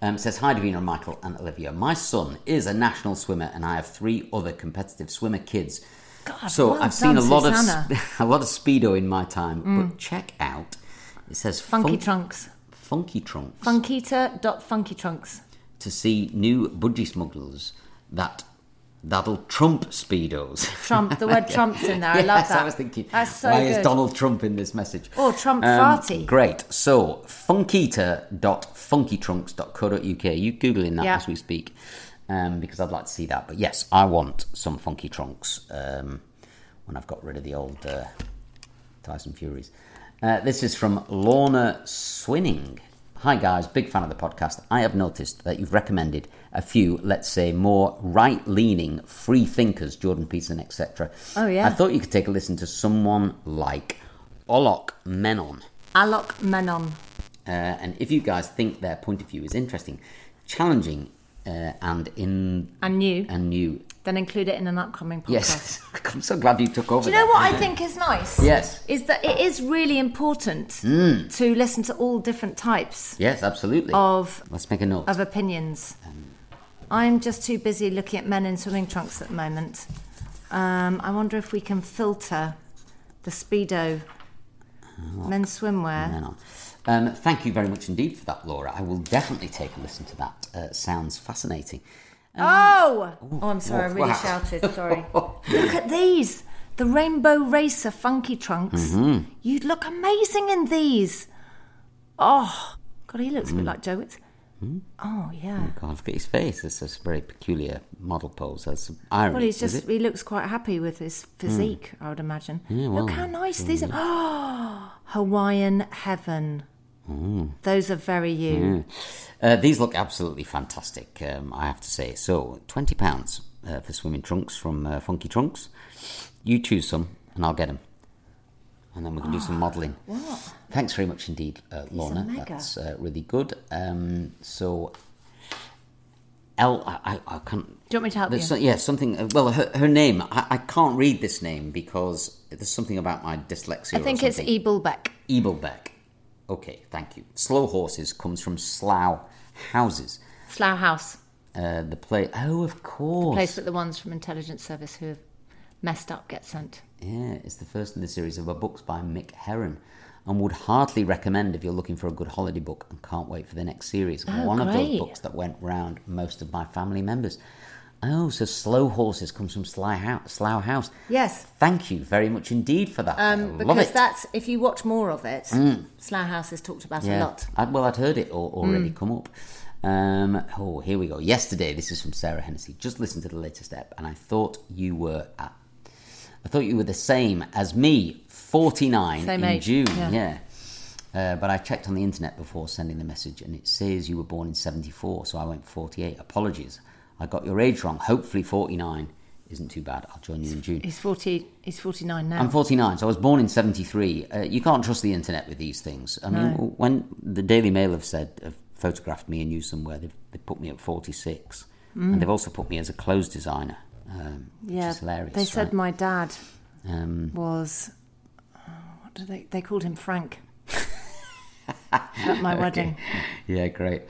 [SPEAKER 1] Um, it says, Hi, Davina, Michael, and Olivia. My son is a national swimmer, and I have three other competitive swimmer kids.
[SPEAKER 2] God,
[SPEAKER 1] so
[SPEAKER 2] well
[SPEAKER 1] I've seen a
[SPEAKER 2] done,
[SPEAKER 1] lot
[SPEAKER 2] Susanna. Mm.
[SPEAKER 1] of sp- a lot of speedo in my time, but check out. It says
[SPEAKER 2] Funky
[SPEAKER 1] fun-
[SPEAKER 2] Trunks.
[SPEAKER 1] funky trunks
[SPEAKER 2] Funkita.funkytrunks.
[SPEAKER 1] to see new budgie smugglers that that'll trump speedos.
[SPEAKER 2] Trump. The word Trump's in there. I love
[SPEAKER 1] Yes,
[SPEAKER 2] that.
[SPEAKER 1] I was thinking,
[SPEAKER 2] That's so
[SPEAKER 1] why
[SPEAKER 2] good.
[SPEAKER 1] is Donald Trump in this message? Um,
[SPEAKER 2] Or Trump farty.
[SPEAKER 1] Great. So, funkita.funkytrunks.co.uk. You googling that
[SPEAKER 2] Yeah.
[SPEAKER 1] as we speak, um, because I'd like to see that. But yes, I want some funky trunks um, when I've got rid of the old uh, Tyson Furies. Uh, this is from Lorna Swinning. Hi guys, big fan of the podcast. I have noticed that you've recommended a few, let's say, more right-leaning free thinkers, Jordan Peterson, etc.
[SPEAKER 2] Oh, yeah.
[SPEAKER 1] I thought you could take a listen to someone like Olok Menon.
[SPEAKER 2] Alok Menon.
[SPEAKER 1] Uh, and if you guys think their point of view is interesting, challenging, uh, and in
[SPEAKER 2] And you.
[SPEAKER 1] and new,
[SPEAKER 2] then include it in an upcoming podcast.
[SPEAKER 1] yes, I'm so glad you took over.
[SPEAKER 2] Oh, Do you know
[SPEAKER 1] that.
[SPEAKER 2] what I think is nice?
[SPEAKER 1] Yes.
[SPEAKER 2] Is that it is really important to listen to all different types
[SPEAKER 1] Yes, absolutely.
[SPEAKER 2] of
[SPEAKER 1] Let's make a note.
[SPEAKER 2] of opinions. I'm just too busy looking at men in swimming trunks at the moment. Um, I wonder if we can filter the speedo men's swimwear.
[SPEAKER 1] Hang on. Um, thank you very much indeed for that, Laura. I will definitely take a listen to that. Uh, sounds fascinating.
[SPEAKER 2] Oh! Oh, I'm sorry, I really
[SPEAKER 1] wow.
[SPEAKER 2] shouted. Sorry. look at these. The Rainbow Racer Funky Trunks.
[SPEAKER 1] Mm-hmm.
[SPEAKER 2] You'd look amazing in these. Oh, God, he looks a bit
[SPEAKER 1] Mm.
[SPEAKER 2] like Joe Witz.
[SPEAKER 1] Hmm?
[SPEAKER 2] Oh, yeah.
[SPEAKER 1] God, look at his face. It's this very peculiar model pose. That's some irony.
[SPEAKER 2] Well, he's
[SPEAKER 1] is
[SPEAKER 2] just,
[SPEAKER 1] it? Hmm.
[SPEAKER 2] he looks quite happy with his physique, I would imagine. Look how nice these are. Oh, Hawaiian Heaven.
[SPEAKER 1] Hmm.
[SPEAKER 2] Those are very you.
[SPEAKER 1] Uh, these look absolutely fantastic, um, I have to say. So, £20 uh, for swimming trunks from uh, Funky Trunks. You choose some, and I'll get them. And then we can do
[SPEAKER 2] Ah,
[SPEAKER 1] some modelling. What? Thanks very much indeed, uh, Lorna.
[SPEAKER 2] mega.
[SPEAKER 1] That's uh, really good. Um, so, L, I, I, I can't.
[SPEAKER 2] Do you want me to help you?
[SPEAKER 1] There's so, yeah, something. uh, Well, her, her name. I, I can't read this name because there's something about my dyslexia.
[SPEAKER 2] I think
[SPEAKER 1] or
[SPEAKER 2] it's E-,
[SPEAKER 1] something.
[SPEAKER 2] Ebelbeck.
[SPEAKER 1] Ebelbeck. Okay, thank you. Slow horses comes from Slough houses.
[SPEAKER 2] Slough House.
[SPEAKER 1] Uh, the play. Oh, of course.
[SPEAKER 2] Place that the ones from intelligence service who have messed up get sent.
[SPEAKER 1] Yeah, it's the first in the series of a books by Mick Herron, and would heartily recommend if you're looking for a good holiday book and can't wait for the next series. One
[SPEAKER 2] Oh,
[SPEAKER 1] of those
[SPEAKER 2] great.
[SPEAKER 1] books that went round most of my family members. Oh, so slow horses comes from Slough House. Slough House.
[SPEAKER 2] Yes.
[SPEAKER 1] Thank you very much indeed for that. I love
[SPEAKER 2] Um, because
[SPEAKER 1] it. Mm.
[SPEAKER 2] that's if you watch more of it, Slough House is talked about a lot. Mm.
[SPEAKER 1] I'd, well, I'd heard it al- already come up. Um, oh, here we go. Yesterday, this is from Sarah Hennessy. Just listen to the latest ep, and I thought you were at. I thought you were the same as me, 49
[SPEAKER 2] Same
[SPEAKER 1] in
[SPEAKER 2] age,
[SPEAKER 1] June.
[SPEAKER 2] yeah.
[SPEAKER 1] yeah. Uh, but I checked on the internet before sending the message, and it says you were born in 74, so I went 48. Apologies. I got your age wrong. Hopefully, 49 isn't too bad. I'll join you in June.
[SPEAKER 2] He's forty. He's forty nine now.
[SPEAKER 1] I'm 49, so I was born in 73. Uh, you can't trust the internet with these things. I mean, when the Daily Mail have said, have photographed me and you somewhere, they've, they put me at 46.
[SPEAKER 2] Mm.
[SPEAKER 1] And they've also put me as a clothes designer, um, which is hilarious.
[SPEAKER 2] they said
[SPEAKER 1] right?
[SPEAKER 2] my dad
[SPEAKER 1] um,
[SPEAKER 2] was. oh, What do they? They called him Frank. at my wedding,
[SPEAKER 1] yeah, great.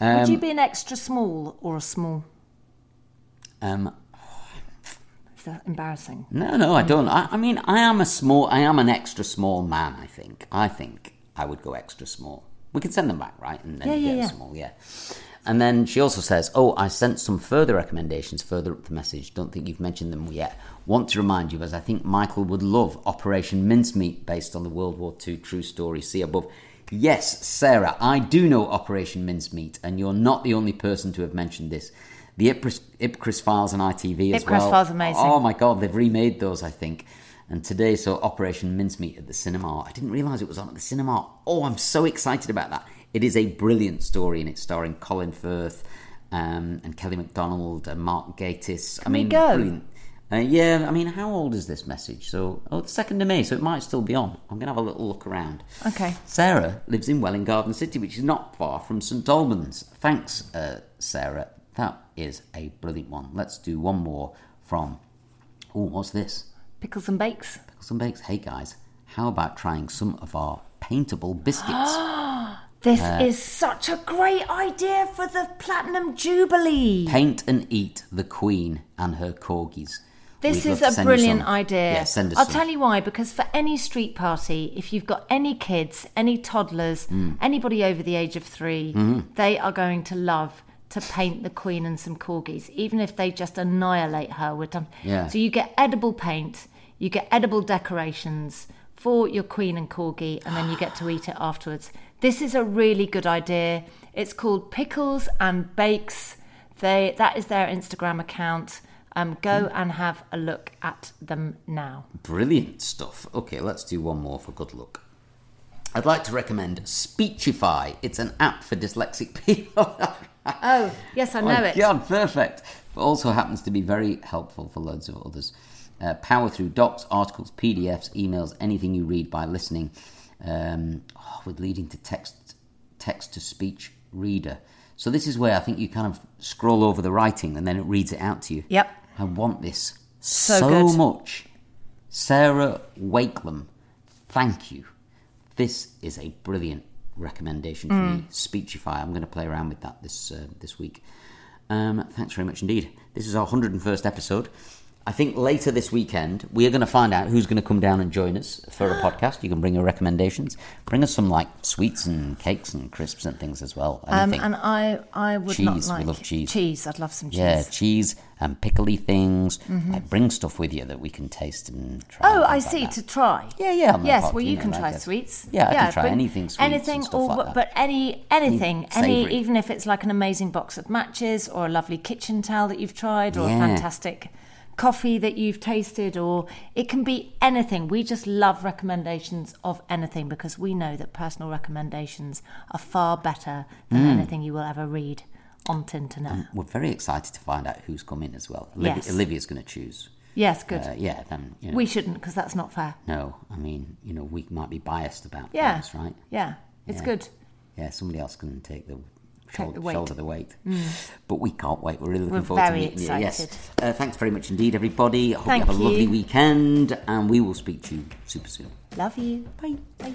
[SPEAKER 2] would you be an extra small or a small?
[SPEAKER 1] Um,
[SPEAKER 2] Is that embarrassing?
[SPEAKER 1] no, no, I don't. I, I mean, I am a small, I am an extra small man, I think. I think I would go extra small. We can send them back, right? And then
[SPEAKER 2] Yeah,
[SPEAKER 1] you get
[SPEAKER 2] yeah,
[SPEAKER 1] a
[SPEAKER 2] yeah.
[SPEAKER 1] small small, yeah. And then she also says, Oh, I sent some further recommendations further up the message. Don't think you've mentioned them yet. Want to remind you, as I think Michael would love Operation Mincemeat based on the World War II true story. See above. Yes, Sarah, I do know Operation Mincemeat, and you're not the only person to have mentioned this. The Ipcris, Ipcris files on ITV as
[SPEAKER 2] Ipcris
[SPEAKER 1] well.
[SPEAKER 2] files are amazing.
[SPEAKER 1] Oh my god, they've remade those, I think. And today saw Operation Mincemeat at the cinema. I didn't realise it was on at the cinema. Oh, I'm so excited about that. It is a brilliant story and it's starring Colin Firth um, and Kelly MacDonald and Mark Gatiss. I
[SPEAKER 2] we
[SPEAKER 1] mean,
[SPEAKER 2] go?
[SPEAKER 1] brilliant. Uh, yeah, I mean, how old is this message? So, oh, it's second of May, so it might still be on. I'm going to have a little look around.
[SPEAKER 2] Okay.
[SPEAKER 1] Sarah lives in Welling Garden City, which is not far from St Albans. Thanks, uh, Sarah. That is a brilliant one. Let's do one more from. Oh, what's this?
[SPEAKER 2] Pickles and bakes.
[SPEAKER 1] Pickles and Bakes. Hey guys, how about trying some of our paintable biscuits?
[SPEAKER 2] This
[SPEAKER 1] Uh,
[SPEAKER 2] is such a great idea for the Platinum Jubilee.
[SPEAKER 1] Paint and eat the Queen and her corgis.
[SPEAKER 2] This
[SPEAKER 1] We'd love
[SPEAKER 2] is
[SPEAKER 1] to
[SPEAKER 2] a
[SPEAKER 1] send you
[SPEAKER 2] brilliant
[SPEAKER 1] some.
[SPEAKER 2] idea.
[SPEAKER 1] Yeah, send us
[SPEAKER 2] I'll
[SPEAKER 1] some.
[SPEAKER 2] tell you why, because for any street party, if you've got any kids, any toddlers, anybody over the age of 3 they are going to love to paint the queen and some corgis, even if they just annihilate her with them.
[SPEAKER 1] Yeah.
[SPEAKER 2] So you get edible paint, you get edible decorations for your queen and corgi, and then you get to eat it afterwards. This is a really good idea. It's called Pickles and Bakes. They that is their Instagram account. Um, go and have a look at them now.
[SPEAKER 1] Brilliant stuff. Okay, let's do one more for good luck. I'd like to recommend Speechify. It's an app for dyslexic people.
[SPEAKER 2] Oh yes, I know
[SPEAKER 1] My
[SPEAKER 2] it.
[SPEAKER 1] God, perfect. But also happens to be very helpful for loads of others. Uh, power through docs, articles, PDFs, emails, anything you read by listening, um, oh, with leading to text text to speech reader. So this is where I think you kind of scroll over the writing and then it reads it out to you.
[SPEAKER 2] Yep.
[SPEAKER 1] I want this so,
[SPEAKER 2] So good.
[SPEAKER 1] much. Sarah Wakelam, thank you. This is a brilliant recommendation for me. Speechify. I'm going to play around with that this uh, this week. Um, thanks very much indeed. This is our 101st episode. I think later this weekend we are going to find out who's going to come down and join us for a podcast. You can bring your recommendations. Bring us some like sweets and cakes and crisps and things as well.
[SPEAKER 2] Um,
[SPEAKER 1] Anything.
[SPEAKER 2] and I, I would
[SPEAKER 1] Cheese,
[SPEAKER 2] not
[SPEAKER 1] we
[SPEAKER 2] like
[SPEAKER 1] love cheese.
[SPEAKER 2] I'd love some cheese. Mm-hmm.
[SPEAKER 1] yeah, cheese and pickly things. Like bring stuff with you that we can taste and try.
[SPEAKER 2] Oh,
[SPEAKER 1] and
[SPEAKER 2] I
[SPEAKER 1] things like
[SPEAKER 2] see.
[SPEAKER 1] that.
[SPEAKER 2] To try.
[SPEAKER 1] Yeah, yeah, I'm
[SPEAKER 2] yes.
[SPEAKER 1] not
[SPEAKER 2] Well,
[SPEAKER 1] fucked,
[SPEAKER 2] you
[SPEAKER 1] you
[SPEAKER 2] can
[SPEAKER 1] know,
[SPEAKER 2] try
[SPEAKER 1] like it's-
[SPEAKER 2] sweets.
[SPEAKER 1] Yeah, I can try
[SPEAKER 2] but
[SPEAKER 1] anything sweets and
[SPEAKER 2] anything,
[SPEAKER 1] stuff
[SPEAKER 2] or
[SPEAKER 1] like
[SPEAKER 2] what-
[SPEAKER 1] that.
[SPEAKER 2] but any anything, any
[SPEAKER 1] savoury.
[SPEAKER 2] even if it's like an amazing box of matches or a lovely kitchen towel that you've tried or
[SPEAKER 1] Yeah.
[SPEAKER 2] a fantastic coffee that you've tasted or it can be anything we just love recommendations of anything because we know that personal recommendations are far better than
[SPEAKER 1] Mm.
[SPEAKER 2] anything you will ever read on tinternet
[SPEAKER 1] We're very excited to find out who's coming as well. Olivia,
[SPEAKER 2] Yes.
[SPEAKER 1] Olivia's going to choose.
[SPEAKER 2] yes good
[SPEAKER 1] Uh, yeah, then you know.
[SPEAKER 2] we shouldn't because that's not fair
[SPEAKER 1] no, I mean, you know, we might be biased about
[SPEAKER 2] yeah
[SPEAKER 1] things, right?
[SPEAKER 2] yeah it's
[SPEAKER 1] Yeah.
[SPEAKER 2] good
[SPEAKER 1] Yeah, somebody else can take the,
[SPEAKER 2] Take
[SPEAKER 1] shou-
[SPEAKER 2] the weight. Mm.
[SPEAKER 1] shoulder the weight. But we can't wait. We're really looking
[SPEAKER 2] We're
[SPEAKER 1] forward
[SPEAKER 2] very
[SPEAKER 1] to meeting you.
[SPEAKER 2] excited.
[SPEAKER 1] Yes. Uh, thanks very much indeed, everybody. I hope
[SPEAKER 2] Thank
[SPEAKER 1] you have a lovely
[SPEAKER 2] you.
[SPEAKER 1] weekend, and we will speak to you super soon.
[SPEAKER 2] love you
[SPEAKER 1] Bye. Bye.